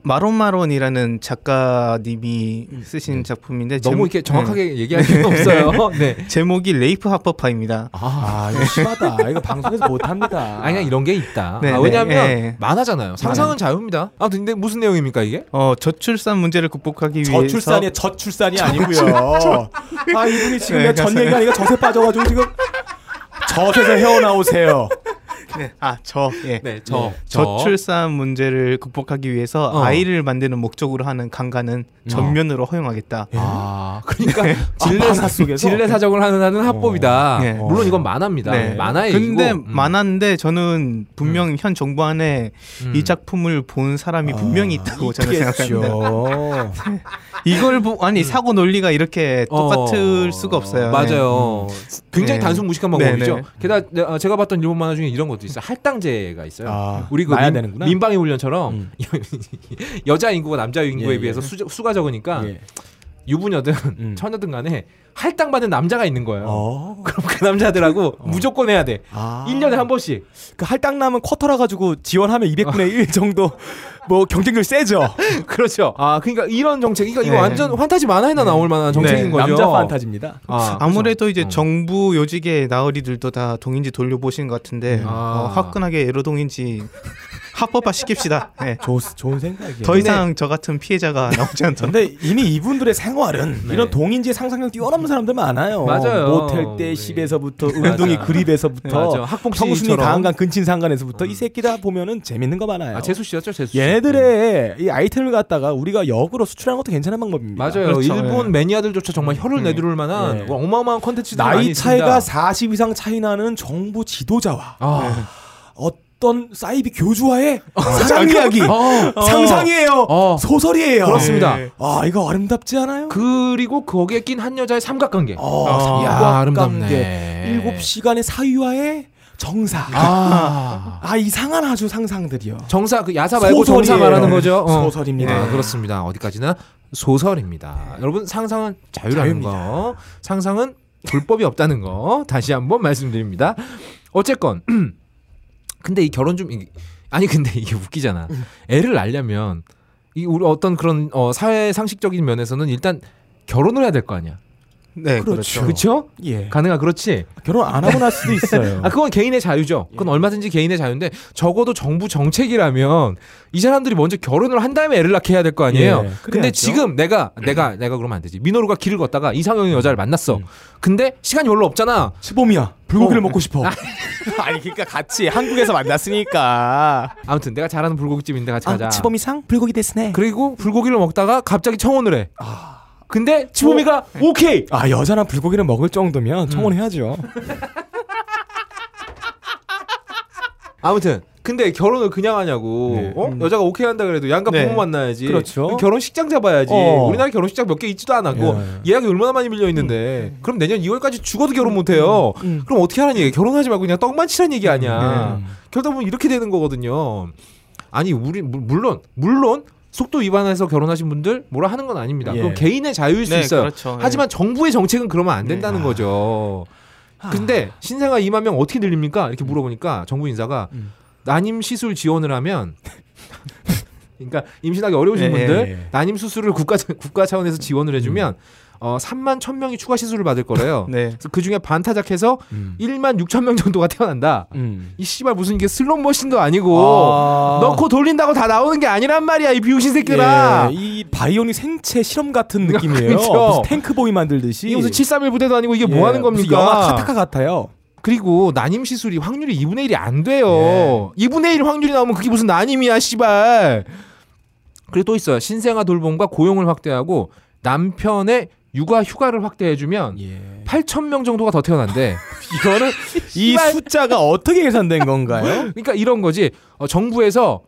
Speaker 3: 마론마론이라는 작가님이 쓰신 작품인데 네.
Speaker 1: 너무
Speaker 3: 제목-
Speaker 1: 이렇게 정확하게 얘기할 필요
Speaker 3: (laughs)
Speaker 1: 없어요. 네.
Speaker 3: 예, 제목이 레이프 하퍼파입니다.
Speaker 1: 아,
Speaker 2: 아, 이거 심하다. 이거 방송에서 못 합니다.
Speaker 1: 아니 그냥 이런 게 있다.
Speaker 3: 네,
Speaker 1: 아,
Speaker 3: 네,
Speaker 1: 왜냐하면
Speaker 3: 네.
Speaker 1: 만화잖아요. 상상은 자유입니다. 아 근데 무슨 내용입니까 이게?
Speaker 3: 어, 저출산 문제를 극복하기 위해서
Speaker 2: 저출산이 저출산이 아니고요. 아 이분이 지금
Speaker 3: 네,
Speaker 2: 내가 전
Speaker 3: 가슴에.
Speaker 2: 얘기가 아니라 저세 빠져가지고 지금 저세에서 헤어나오세요.
Speaker 3: 네, 아, 저. 예.
Speaker 1: 네, 저, 저.
Speaker 3: 저출산 문제를 극복하기 위해서
Speaker 1: 어.
Speaker 3: 아이를 만드는 목적으로 하는 강간은 전면으로 허용하겠다. 예.
Speaker 1: 아, 그러니까 진례
Speaker 2: 만화 속에서?
Speaker 1: 진례 사정을 하는 하는 합법이다.
Speaker 3: 네.
Speaker 1: 물론 이건 만화입니다. 만화의
Speaker 3: 근데
Speaker 1: 얘기고. 네. 음.
Speaker 3: 만화인데 저는 분명 현 정부 안에
Speaker 1: 음. 아,
Speaker 3: 이 작품을 본
Speaker 2: 아,
Speaker 3: 사람이 분명히 있다고 저는 생각합니다.
Speaker 2: 생각합니다.
Speaker 3: 이걸 보 아니 사고 논리가 이렇게 똑같을
Speaker 1: 음. 어,
Speaker 3: 수가
Speaker 2: 네.
Speaker 3: 없어요.
Speaker 1: 맞아요.
Speaker 2: 음.
Speaker 1: 굉장히
Speaker 3: 네.
Speaker 1: 단순 무식한
Speaker 3: 네,
Speaker 1: 방법이죠.
Speaker 3: 네.
Speaker 1: 게다가 내- 어, 제가 봤던 일본 만화 중에 이런 것도 있어요. 할당제가 있어요.
Speaker 2: 아,
Speaker 1: 우리 그
Speaker 2: 나야
Speaker 1: 민,
Speaker 2: 되는구나.
Speaker 1: 민방위 훈련처럼
Speaker 2: 음.
Speaker 1: (laughs) 여자 인구가 남자 인구에
Speaker 2: 예, 예.
Speaker 1: 비해서 수, 수가 적으니까
Speaker 2: 예.
Speaker 1: 유부녀든
Speaker 2: 음.
Speaker 1: 처녀든 간에 할당받는 남자가 있는 거예요.
Speaker 2: 어.
Speaker 1: (laughs) 그럼 그 남자들하고 무조건 해야 돼.
Speaker 2: 아.
Speaker 1: 1년에 한 번씩. (laughs)
Speaker 2: 그 할당남은 쿼터라 가지고 지원하면 200분의 1 정도 뭐 경쟁률 세죠.
Speaker 1: 그렇죠. 아, 그러니까 이런 정책, 이거, 이거
Speaker 3: 네.
Speaker 1: 완전 환타지 만화에나 나올 만한 정책인
Speaker 3: 네,
Speaker 1: 거죠.
Speaker 2: 남자 판타지입니다.
Speaker 1: 아,
Speaker 3: 아무래도 이제 정부 요직의 나으리들도 다 동인지 돌려보신 것 같은데
Speaker 1: 아.
Speaker 3: 어, 화끈하게 에로
Speaker 1: (laughs)
Speaker 3: 동인지 합법화 시킵시다.
Speaker 1: 예.
Speaker 3: 네.
Speaker 2: 좋, 좋은 생각이에요.
Speaker 3: 더 이상 저 같은 피해자가 나오지 않도록.
Speaker 2: 근데 이미 이분들의 생활은
Speaker 1: 네.
Speaker 2: 이런 동인지 상상력 뛰어넘는 사람들 많아요.
Speaker 1: 맞아요.
Speaker 2: 모텔 때
Speaker 1: 우리.
Speaker 2: 10에서부터 은둥이
Speaker 1: 맞아. 네, 맞아.
Speaker 2: 그립에서부터
Speaker 1: 학봉
Speaker 2: 청순이
Speaker 1: 씨처럼. 음.
Speaker 2: 강한강 근친 상간에서부터 이 새끼다 보면은 재밌는 거 많아요.
Speaker 1: 아, 재수 씨였죠, 재수 씨.
Speaker 2: 얘네들의 이 아이템을 갖다가 우리가 역으로 수출하는 것도 괜찮은 방법입니다.
Speaker 1: 맞아요.
Speaker 3: 그렇죠.
Speaker 1: 일본 매니아들조차 정말 혀를 내두를 만한
Speaker 2: 네.
Speaker 1: 어마어마한 컨텐츠들이 많이
Speaker 2: 예. 음. 나이 차이가
Speaker 1: 있습니다.
Speaker 2: 40 이상 차이 나는 정부 지도자와
Speaker 1: 아,
Speaker 2: 어떤 사이비 교주와의 사랑 이야기
Speaker 1: 어.
Speaker 2: 상상이에요
Speaker 1: 어.
Speaker 2: 소설이에요
Speaker 1: 그렇습니다.
Speaker 2: 예. 아 이거 아름답지 않아요?
Speaker 1: 그리고 거기에 낀 한 여자의 삼각관계.
Speaker 2: 어,
Speaker 1: 이야, 아, 아름답네.
Speaker 2: 일곱 시간의 사유와의 정사 아,
Speaker 1: 아.
Speaker 2: 이상한 아주 상상들이요
Speaker 1: 정사 그 야사 말고
Speaker 2: 소설이에요.
Speaker 1: 정사 말하는 거죠. 어.
Speaker 2: 소설입니다.
Speaker 1: 아, 그렇습니다. 어디까지나 소설입니다. 여러분 상상은 네. 자유라는 거. 상상은 불법이 없다는 거 (laughs) 다시 한번 말씀드립니다. 어쨌건 (clears throat) 근데 이 결혼 좀 이- 아니 근데 이게 웃기잖아. 애를 낳으려면 이 우리 어떤 그런 어, 사회 상식적인 면에서는 일단 결혼을 해야 될 거 아니야.
Speaker 3: 네,
Speaker 2: 그렇죠.
Speaker 3: 그렇죠.
Speaker 1: 그렇죠? 아,
Speaker 2: 예.
Speaker 1: 가능하 그렇지.
Speaker 2: 결혼 안 하고 날 수도 있어요 (laughs) 예.
Speaker 1: 아 그건 개인의 자유죠. 그건 얼마든지 개인의 자유인데 적어도 정부 정책이라면 이 사람들이 먼저 결혼을 한 다음에 애를 낳게 해야 될 거 아니에요.
Speaker 2: 예,
Speaker 1: 근데
Speaker 2: 그래야죠. 음.
Speaker 1: 지금 내가 내가 내가 그러면 안 되지. 민호루가 길을 걷다가 이상형의 여자를 만났어. 근데 시간이 별로 없잖아.
Speaker 2: 시범이야 불고기를 먹고 싶어
Speaker 3: (laughs)
Speaker 2: 아니 그러니까 같이 한국에서 만났으니까
Speaker 1: 아무튼 내가 잘하는 불고기집인데 같이 가자.
Speaker 2: 아, 시범이상 불고기 데스네
Speaker 1: 그리고 불고기를 먹다가 갑자기 청혼을 해. 근데 지범이가 오케이. 음.
Speaker 2: 아 여자랑 불고기를 먹을 정도면 청혼해야죠
Speaker 1: 아무튼 근데 결혼을 그냥 하냐고
Speaker 2: 네.
Speaker 1: 어? 여자가 오케이 한다 그래도 양가
Speaker 3: 네.
Speaker 1: 부모 만나야지
Speaker 2: 그렇죠.
Speaker 1: 결혼식장 잡아야지
Speaker 2: 어.
Speaker 1: 우리나라 결혼식장 몇 개 있지도 않았고
Speaker 2: 예. 음.
Speaker 1: 예약이 얼마나 많이 밀려 있는데 그럼 내년 2월까지 죽어도 결혼 못해요 그럼 어떻게 하라는 얘기 결혼하지 말고 그냥 떡만 치라는 얘기 아니야
Speaker 2: 음.
Speaker 1: 결혼하다 보면 이렇게 되는 거거든요 아니 우리 물- 물론 물론 속도 위반해서 결혼하신 분들 뭐라 하는 건 아닙니다
Speaker 2: 예.
Speaker 1: 그건 개인의 자유일 수
Speaker 3: 네,
Speaker 1: 있어요
Speaker 3: 그렇죠. 예. 네.
Speaker 1: 하지만 정부의 정책은 그러면 안 된다는
Speaker 2: 아.
Speaker 1: 거죠. 근데 신생아 2만 명 어떻게 늘립니까?
Speaker 3: 음.
Speaker 1: 이렇게 물어보니까 정부 인사가
Speaker 2: 음.
Speaker 1: 난임 시술 지원을
Speaker 3: (laughs)
Speaker 1: 하면 그러니까 임신하기 어려우신
Speaker 3: 예, 음.
Speaker 1: 분들
Speaker 2: 예, 예.
Speaker 1: 난임 수술을 국가 차- 국가 차원에서 지원을 해주면 어 3만 1천 명이 추가 시술을 받을 거래요.
Speaker 3: (laughs) 네. 음.
Speaker 1: 그래서 그 중에 반타작해서 1만 6천 명 정도가 태어난다.
Speaker 2: 음.
Speaker 1: 이 씨발 무슨 이게 슬롯 머신도 아니고
Speaker 2: 아.
Speaker 1: 넣고 돌린다고 다 나오는 게 아니란 말이야 이 비웃신 새끼들아.
Speaker 2: 예, 이 바이오닉 생체
Speaker 1: (laughs)
Speaker 2: 실험 같은 느낌이에요.
Speaker 1: 그렇죠.
Speaker 2: 무슨 탱크보이 만들듯이.
Speaker 1: 이게 무슨 731 부대도 아니고 이게
Speaker 2: 예,
Speaker 1: 뭐 하는
Speaker 2: 무슨
Speaker 1: 겁니까?
Speaker 2: 영화 카타카 같아요.
Speaker 1: 그리고 난임 시술이 확률이 2분의 1이 안 돼요. 2분의 1 확률이 나오면 그게 무슨 난임이야, 씨발. 그리고 또 있어요. 신생아 돌봄과 고용을 확대하고 남편의 육아 휴가를 확대해 주면 8천 명 정도가 더 (laughs) 태어난대.
Speaker 2: 예. 이거는 이
Speaker 1: 씨발.
Speaker 2: 숫자가 어떻게
Speaker 1: (laughs)
Speaker 2: 계산된 건가요?
Speaker 1: 그러니까 이런 거지. 어, 정부에서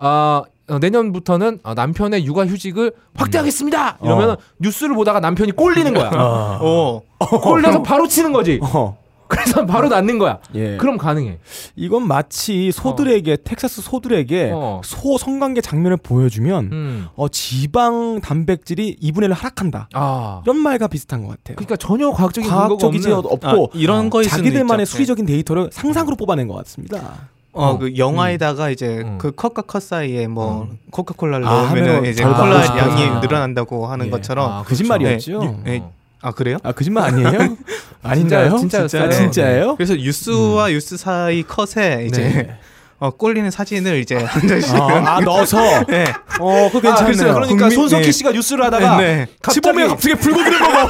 Speaker 1: 아 어, 내년부터는 어, 남편의 육아 휴직을 확대하겠습니다. 이러면
Speaker 2: 어.
Speaker 1: 뉴스를 보다가 남편이 꼴리는 (laughs) 거야.
Speaker 2: 아.
Speaker 3: 오.
Speaker 1: 꼴려서 바로 치는 거지.
Speaker 2: 어.
Speaker 1: 그래서 바로 낫는 거야.
Speaker 2: 예.
Speaker 1: 그럼 가능해.
Speaker 2: 이건 마치 소들에게 텍사스 소들에게
Speaker 1: 어.
Speaker 2: 소 성관계 장면을 보여주면
Speaker 1: 음.
Speaker 2: 어, 지방 단백질이 2분의 1 하락한다.
Speaker 1: 아.
Speaker 2: 이런 말과 비슷한 것 같아요.
Speaker 1: 그러니까 전혀 과학적인 근거가
Speaker 2: 과학적이지
Speaker 1: 없는
Speaker 2: 없고 어,
Speaker 3: 아, 이런 거일 수는
Speaker 2: 자기들만의
Speaker 3: 있죠.
Speaker 2: 수리적인
Speaker 1: 네.
Speaker 2: 데이터를 상상으로 뽑아낸 것 같습니다.
Speaker 3: 어, 그 영화에다가 이제
Speaker 1: 음.
Speaker 3: 그 컵과 컵 사이에 뭐 코카콜라를
Speaker 2: 아,
Speaker 3: 넣으면
Speaker 2: 하면은
Speaker 3: 이제
Speaker 2: 잘
Speaker 3: 콜라
Speaker 1: 나오죠.
Speaker 3: 양이
Speaker 1: 아.
Speaker 3: 늘어난다고 하는
Speaker 2: 예.
Speaker 3: 것처럼
Speaker 1: 아,
Speaker 2: 거짓말이었죠.
Speaker 3: 네, 예. 아 그래요?
Speaker 2: 아 거짓말 (laughs) 아니에요? 아닌가요? 네.
Speaker 1: 진짜였어요.
Speaker 2: 진짜, 진짜예요?
Speaker 3: 그래서 유스와 유스 사이 컷에 이제 (laughs) 어, 꼴리는 사진을 이제 한 장씩
Speaker 2: 아, 아, (laughs) 넣어서
Speaker 3: 네.
Speaker 2: 어 그거 괜찮네요.
Speaker 1: 그래서 그러니까
Speaker 3: 국민-
Speaker 1: 손석희
Speaker 2: 예.
Speaker 3: 네.
Speaker 1: 씨가 뉴스를 하다가
Speaker 3: (laughs) 네.
Speaker 1: 갑자기 갑자기 불고기를 먹어.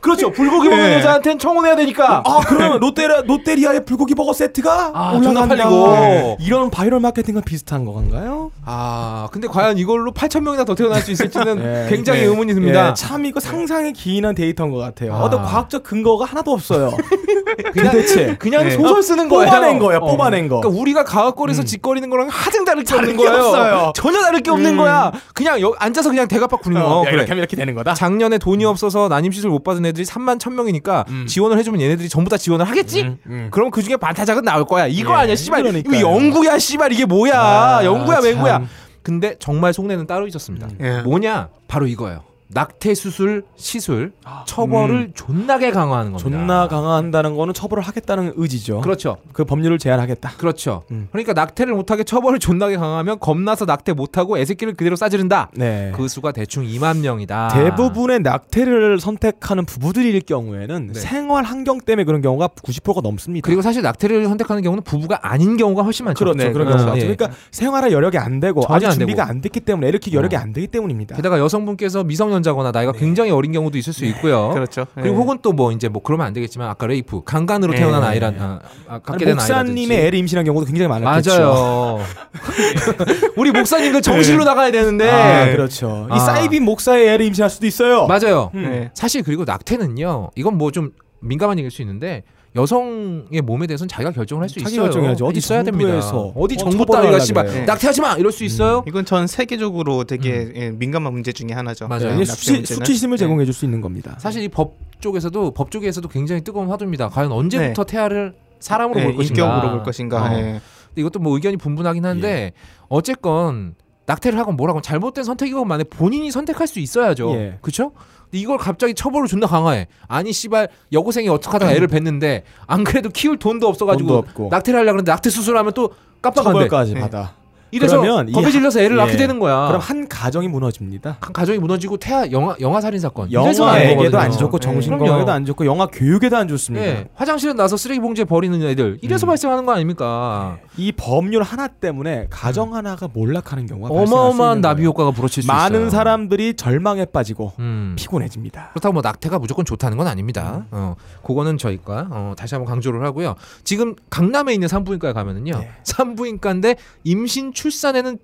Speaker 1: 그렇죠. 불고기 먹는
Speaker 2: 예.
Speaker 3: 네.
Speaker 1: 여자한테는 청혼해야 되니까.
Speaker 2: (laughs) 아 그러면 롯데리아 롯데리아의 불고기 버거 세트가
Speaker 1: 아, 존나
Speaker 2: 올라간다.
Speaker 1: 팔리고.
Speaker 2: 네. 이런 바이럴 마케팅과 비슷한 건가요?
Speaker 1: 아, 근데 과연 이걸로 8천 명이나 더 태어날 수
Speaker 2: (laughs)
Speaker 1: 있을지는
Speaker 2: 네.
Speaker 1: 굉장히
Speaker 3: 네.
Speaker 1: 의문이 듭니다.
Speaker 2: 예, 참 이거 상상에 기인한 데이터인 것 같아요.
Speaker 1: 아.
Speaker 2: 어떤 과학적 근거가 하나도 (laughs) 없어요.
Speaker 1: 그냥
Speaker 2: 도대체.
Speaker 1: 그냥
Speaker 3: 네.
Speaker 1: 소설 쓰는 거예요.
Speaker 2: 뽑아낸 거예요, 뽑아낸 거. 음.
Speaker 1: 그러니까 우리가 가학골에서 짓거리는 거랑 하등 다를 게 없는
Speaker 2: 게
Speaker 1: 거예요.
Speaker 2: 없어요.
Speaker 1: 전혀 다를 게 없는 거야. 그냥 여, 앉아서 그냥 대갑박
Speaker 2: 어,
Speaker 1: 구리는 거. 그래.
Speaker 2: 하면 이렇게 되는 거다.
Speaker 1: 작년에 돈이 없어서 난임 시술 못 받은 애들이 3만 1,000명이니까
Speaker 2: 음.
Speaker 1: 지원을 해주면 얘네들이 전부 다 지원을 하겠지? 그럼 그 중에 반타작은 나올 거야. 이거
Speaker 2: 예,
Speaker 1: 아니야, 씨발.
Speaker 2: 그러니까요.
Speaker 1: 이거 영구야, 씨발. 이게 뭐야.
Speaker 2: 아,
Speaker 1: 영구야,
Speaker 2: 참. 음.
Speaker 1: 맹구야. 근데 정말 속내는 따로 있었습니다.
Speaker 3: 예.
Speaker 1: 뭐냐? 바로 이거예요. 낙태 수술, 시술, 처벌을 존나게 강화하는 겁니다.
Speaker 2: 음. 존나 강화한다는 거는 처벌을 하겠다는 의지죠.
Speaker 1: 그렇죠.
Speaker 2: 그 법률을 제한하겠다.
Speaker 1: 그렇죠.
Speaker 2: 음.
Speaker 1: 그러니까 낙태를 못하게 처벌을 존나게 강화하면 겁나서 낙태 못하고 애새끼를 그대로 싸지른다.
Speaker 2: 네.
Speaker 1: 그 수가 대충 2만 명이다.
Speaker 2: 대부분의 낙태를 선택하는 부부들일 경우에는
Speaker 1: 네.
Speaker 2: 생활 환경 때문에 그런 경우가 90%가 넘습니다.
Speaker 1: 그리고 사실 낙태를 선택하는 경우는 부부가 아닌 경우가 훨씬 많죠.
Speaker 2: 그렇죠.
Speaker 3: 네,
Speaker 2: 그런
Speaker 1: 그렇죠.
Speaker 2: 경우가 많죠.
Speaker 1: 예.
Speaker 2: 그러니까 생활에 여력이 안 되고
Speaker 1: 전혀
Speaker 2: 아직
Speaker 1: 안
Speaker 2: 준비가
Speaker 1: 되고.
Speaker 2: 안 됐기 때문에 이렇게 여력이
Speaker 1: 어.
Speaker 2: 안 되기 때문입니다.
Speaker 1: 게다가 여성분께서 미성년자거나
Speaker 2: 네.
Speaker 1: 나이가 굉장히 어린 경우도 있을 수 있고요.
Speaker 3: 그렇죠.
Speaker 1: 그리고
Speaker 3: 예.
Speaker 1: 혹은 또 뭐 이제 뭐 그러면 안 되겠지만 아까 레이프 강간으로
Speaker 3: 예.
Speaker 1: 태어난 아이란 아, 아,
Speaker 2: 네. 아니,
Speaker 1: 갖게 된
Speaker 2: 목사님의
Speaker 1: 아이라든지
Speaker 2: 애를 임신한 경우도 굉장히 많았겠죠. (laughs)
Speaker 1: 맞아요. 우리 목사님들 정실로 나가야 되는데
Speaker 2: 네. 아, 그렇죠.
Speaker 1: 아.
Speaker 2: 이 사이비 목사의 애를 임신할 수도 있어요.
Speaker 1: 맞아요.
Speaker 2: 음.
Speaker 3: 네.
Speaker 1: 사실 그리고 낙태는요. 이건 뭐 좀 민감한 얘기일 수 있는데 여성의 몸에 대해서는 자기가 결정을 할 수
Speaker 2: 자기
Speaker 1: 있어요.
Speaker 2: 결정해야죠. 어디
Speaker 1: 있어야 됩니다.
Speaker 2: 정부에서.
Speaker 1: 어디
Speaker 2: 어,
Speaker 1: 정부
Speaker 2: 처벌하려
Speaker 1: 따위가
Speaker 2: 그래요. 음.
Speaker 1: 씨발
Speaker 3: 네.
Speaker 1: 낙태하지 마 이럴 수 있어요?
Speaker 3: 이건 전 세계적으로 되게 예, 민감한 문제 중에 하나죠.
Speaker 1: 맞아요.
Speaker 2: 네,
Speaker 1: 이게
Speaker 2: 이게
Speaker 3: 낙태
Speaker 2: 수치,
Speaker 3: 문제는.
Speaker 2: 수치심을
Speaker 3: 예.
Speaker 2: 제공해 줄 수 있는 겁니다.
Speaker 1: 네. 사실 이 법 쪽에서도 법 쪽에서도 굉장히 뜨거운 화두입니다. 과연 언제부터
Speaker 2: 네.
Speaker 1: 태아를 사람으로
Speaker 3: 예,
Speaker 1: 볼 것인가?
Speaker 3: 인격으로 볼 것인가.
Speaker 1: 어.
Speaker 3: 예.
Speaker 1: 근데 이것도 뭐 의견이 분분하긴
Speaker 2: 예.
Speaker 1: 한데 어쨌건 낙태를 하건 뭐라건 잘못된 선택이건 만에 본인이 선택할 수 있어야죠.
Speaker 2: 예.
Speaker 1: 그렇죠? 근데 이걸 갑자기 처벌을 존나 강화해. 아니 씨발 여고생이 어떡하다가 애를 뵀는데 안 그래도 키울 돈도 없어가지고
Speaker 2: 돈도 없고.
Speaker 1: 낙태를 하려 고 그러는데 낙태 수술하면 또 깜빡한대.
Speaker 2: 처벌까지
Speaker 3: 네.
Speaker 2: 받아.
Speaker 1: 이래서
Speaker 2: 그러면 이
Speaker 1: 겁에
Speaker 2: 하-
Speaker 1: 질려서 애를
Speaker 2: 예.
Speaker 1: 낳게 되는 거야.
Speaker 2: 그럼 한 가정이 무너집니다.
Speaker 1: 한 가정이 무너지고 태아 영아 영아 살인 사건. 이래서 나는
Speaker 2: 영화에게도 안
Speaker 1: 거거든요. 예.
Speaker 2: 좋고
Speaker 3: 네.
Speaker 2: 정신건강에도
Speaker 1: 그럼요.
Speaker 2: 안 좋고 영화 교육에도 안 좋습니다.
Speaker 1: 예. 음. 화장실에 나서 쓰레기 봉지에 버리는 애들 이래서 발생하는 거 아닙니까?
Speaker 2: 이 법률 하나 때문에 가정 하나가 몰락하는 경우가
Speaker 1: 뭐
Speaker 2: 발생할 수
Speaker 1: 음. 어마어마한
Speaker 2: 있는
Speaker 1: 나비
Speaker 2: 거예요.
Speaker 1: 효과가 부러칠 수 있어요.
Speaker 2: 많은 사람들이 절망에 빠지고
Speaker 1: 음.
Speaker 2: 피곤해집니다.
Speaker 1: 그렇다고 뭐 낙태가 무조건 좋다는 건 아닙니다. 어, 그거는 저희가 어, 다시 한번 강조를 하고요. 지금 강남에 있는 산부인과에 가면은요,
Speaker 2: 네.
Speaker 1: 산부인과인데 임신 출산에는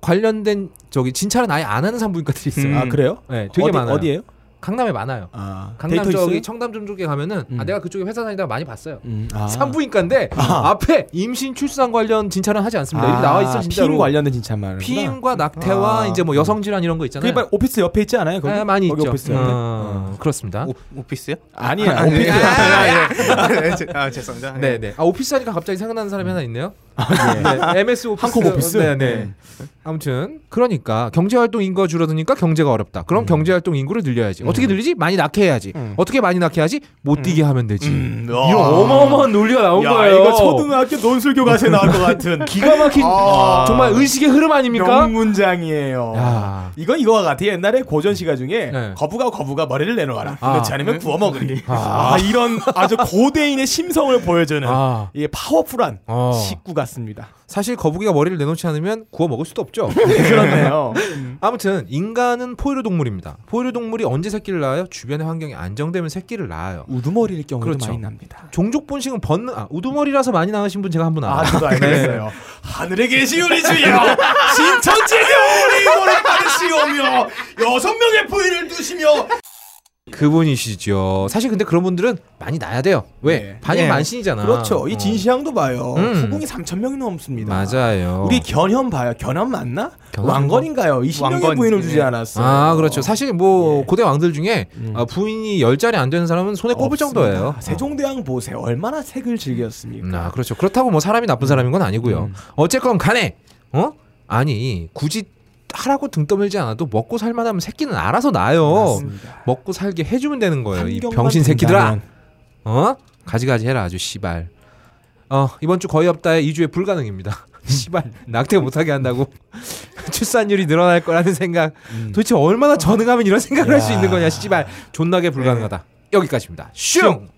Speaker 1: 관련된 저기 진찰은 아예 안 하는 산부인과들이 있어요.
Speaker 3: 음.
Speaker 2: 아 그래요?
Speaker 1: 네, 되게
Speaker 2: 어디,
Speaker 1: 많아요.
Speaker 2: 어디예요?
Speaker 1: 강남에 많아요.
Speaker 2: 아,
Speaker 1: 강남
Speaker 2: 데이터
Speaker 1: 쪽이
Speaker 2: 있어요?
Speaker 1: 청담 좀 쪽에 가면은 아, 내가 그쪽에 회사 다니다가 많이 봤어요.
Speaker 2: 음, 아.
Speaker 1: 산부인과인데 앞에 임신 출산 관련 진찰은 하지 않습니다. 이렇게 나와 있어 진짜로.
Speaker 2: 아, 피임 관련된 진짜 말.
Speaker 1: 피임과 낙태와
Speaker 2: 아.
Speaker 1: 이제 뭐 여성 질환 이런 거 있잖아요.
Speaker 2: 그게 바로 오피스 옆에 있지 않아요? 거기
Speaker 1: 아, 많이
Speaker 2: 거기
Speaker 1: 있죠.
Speaker 2: 오피스
Speaker 1: 어,
Speaker 2: 옆에.
Speaker 1: 그렇습니다.
Speaker 3: 오, 오피스요?
Speaker 2: 아? 아니야.
Speaker 3: 네.
Speaker 2: 오피스.
Speaker 3: 아, 예. 아, 제- 아, 죄송합니다. 예.
Speaker 1: 네네. 아 오피스 하니까 갑자기 생각나는 사람이 하나 있네요. 네, MS 오피스.
Speaker 2: 아, 한국 오피스?
Speaker 1: 네네. 아무튼 그러니까 경제 활동 인구가 줄어드니까 경제가 어렵다.
Speaker 2: 음.
Speaker 1: 그럼 경제 활동 인구를 늘려야지. 어떻게 늘리지? 많이 낙해야지. 어떻게 많이 낙해야지? 못 뛰게 하면 되지. 이런 어마어마한 논리가 나온
Speaker 2: 음. 아. 야,
Speaker 1: 거예요.
Speaker 2: 이거 초등학교 논술교 과제 나올 것 같은
Speaker 1: 기가 막힌
Speaker 2: 아.
Speaker 1: 정말 의식의 흐름 아닙니까?
Speaker 2: 명문장이에요.
Speaker 1: 야.
Speaker 2: 이건 이거와 같아. 옛날에 고전 시가 중에
Speaker 1: 네.
Speaker 2: 거부가 거부가 머리를 내놓아라.
Speaker 1: 아.
Speaker 2: 그렇지 않으면 구워 먹으리. 아. 이런 아주 고대인의 심성을 보여주는
Speaker 1: 아.
Speaker 2: 이 파워풀한
Speaker 1: 어.
Speaker 2: 식구 같습니다.
Speaker 1: 사실 거북이가 머리를 내놓지 않으면 구워 먹을 수도
Speaker 2: (laughs)
Speaker 1: 없죠.
Speaker 2: 네. 그렇네요.
Speaker 1: 아무튼 인간은 포유류 동물입니다. 포유류 동물이 언제 새끼를 낳아요? 주변의 환경이 안정되면 새끼를 낳아요.
Speaker 2: (laughs) 우두머리일 경우도
Speaker 1: 그렇죠.
Speaker 2: 많이 납니다.
Speaker 1: 종족 본식은 벗는 아 우두머리라서 많이 나으신 분 제가 한 분 알아요.
Speaker 2: 아, 저도 알고 있어요. 하늘에 계신 우리 주여, 신천지의 우리 모를 받으시오며 여섯 명의 부인을 두시며 네.
Speaker 1: 그분이시죠. 사실 근데 그런 분들은 많이 나야 돼요. 왜?
Speaker 2: 네.
Speaker 1: 반인
Speaker 3: 네.
Speaker 1: 만신이잖아.
Speaker 2: 그렇죠. 이 진시황도 봐요.
Speaker 1: 음.
Speaker 2: 후궁이 3천 명이 넘습니다.
Speaker 1: 맞아요.
Speaker 2: 우리 견현 봐요. 견현 맞나?
Speaker 1: 어. 견현 뭐?
Speaker 2: 왕건인가요? 20명의
Speaker 3: 왕건.
Speaker 2: 부인을 주지
Speaker 3: 예.
Speaker 2: 않았어요.
Speaker 1: 아 그렇죠. 사실 뭐
Speaker 2: 네.
Speaker 1: 고대 왕들 중에 아, 부인이 열 자리 안 되는 사람은 손에 꼽을
Speaker 2: 음. 없습니다. 아,
Speaker 1: 정도예요. 어.
Speaker 2: 세종대왕 보세요. 얼마나 색을 즐겼습니까? 음.
Speaker 1: 음, 아, 그렇죠. 그렇다고 뭐 사람이 나쁜 사람인 건 아니고요. 어쨌건 간에 어? 아니, 굳이 하라고 등 떠밀지 않아도 먹고 살만하면 새끼는 알아서 나요.
Speaker 2: 맞습니다.
Speaker 1: 먹고 살게 해 주면 되는 거예요. 이
Speaker 2: 환경만
Speaker 1: 병신 새끼들아.
Speaker 2: 된다면.
Speaker 1: 어? 가지가지 해라 아주 씨발. 어, 이번 주 거의 없다에 2주에 불가능입니다. (laughs) 씨발. 낙태 못 하게 한다고. (laughs) 출산율이 늘어날 거라는 생각.
Speaker 2: 음. 네.
Speaker 1: 도대체 얼마나 전능하면 이런 생각을 할 수 있는 거냐, 씨발. 존나게 불가능하다. 여기까지입니다. 슝.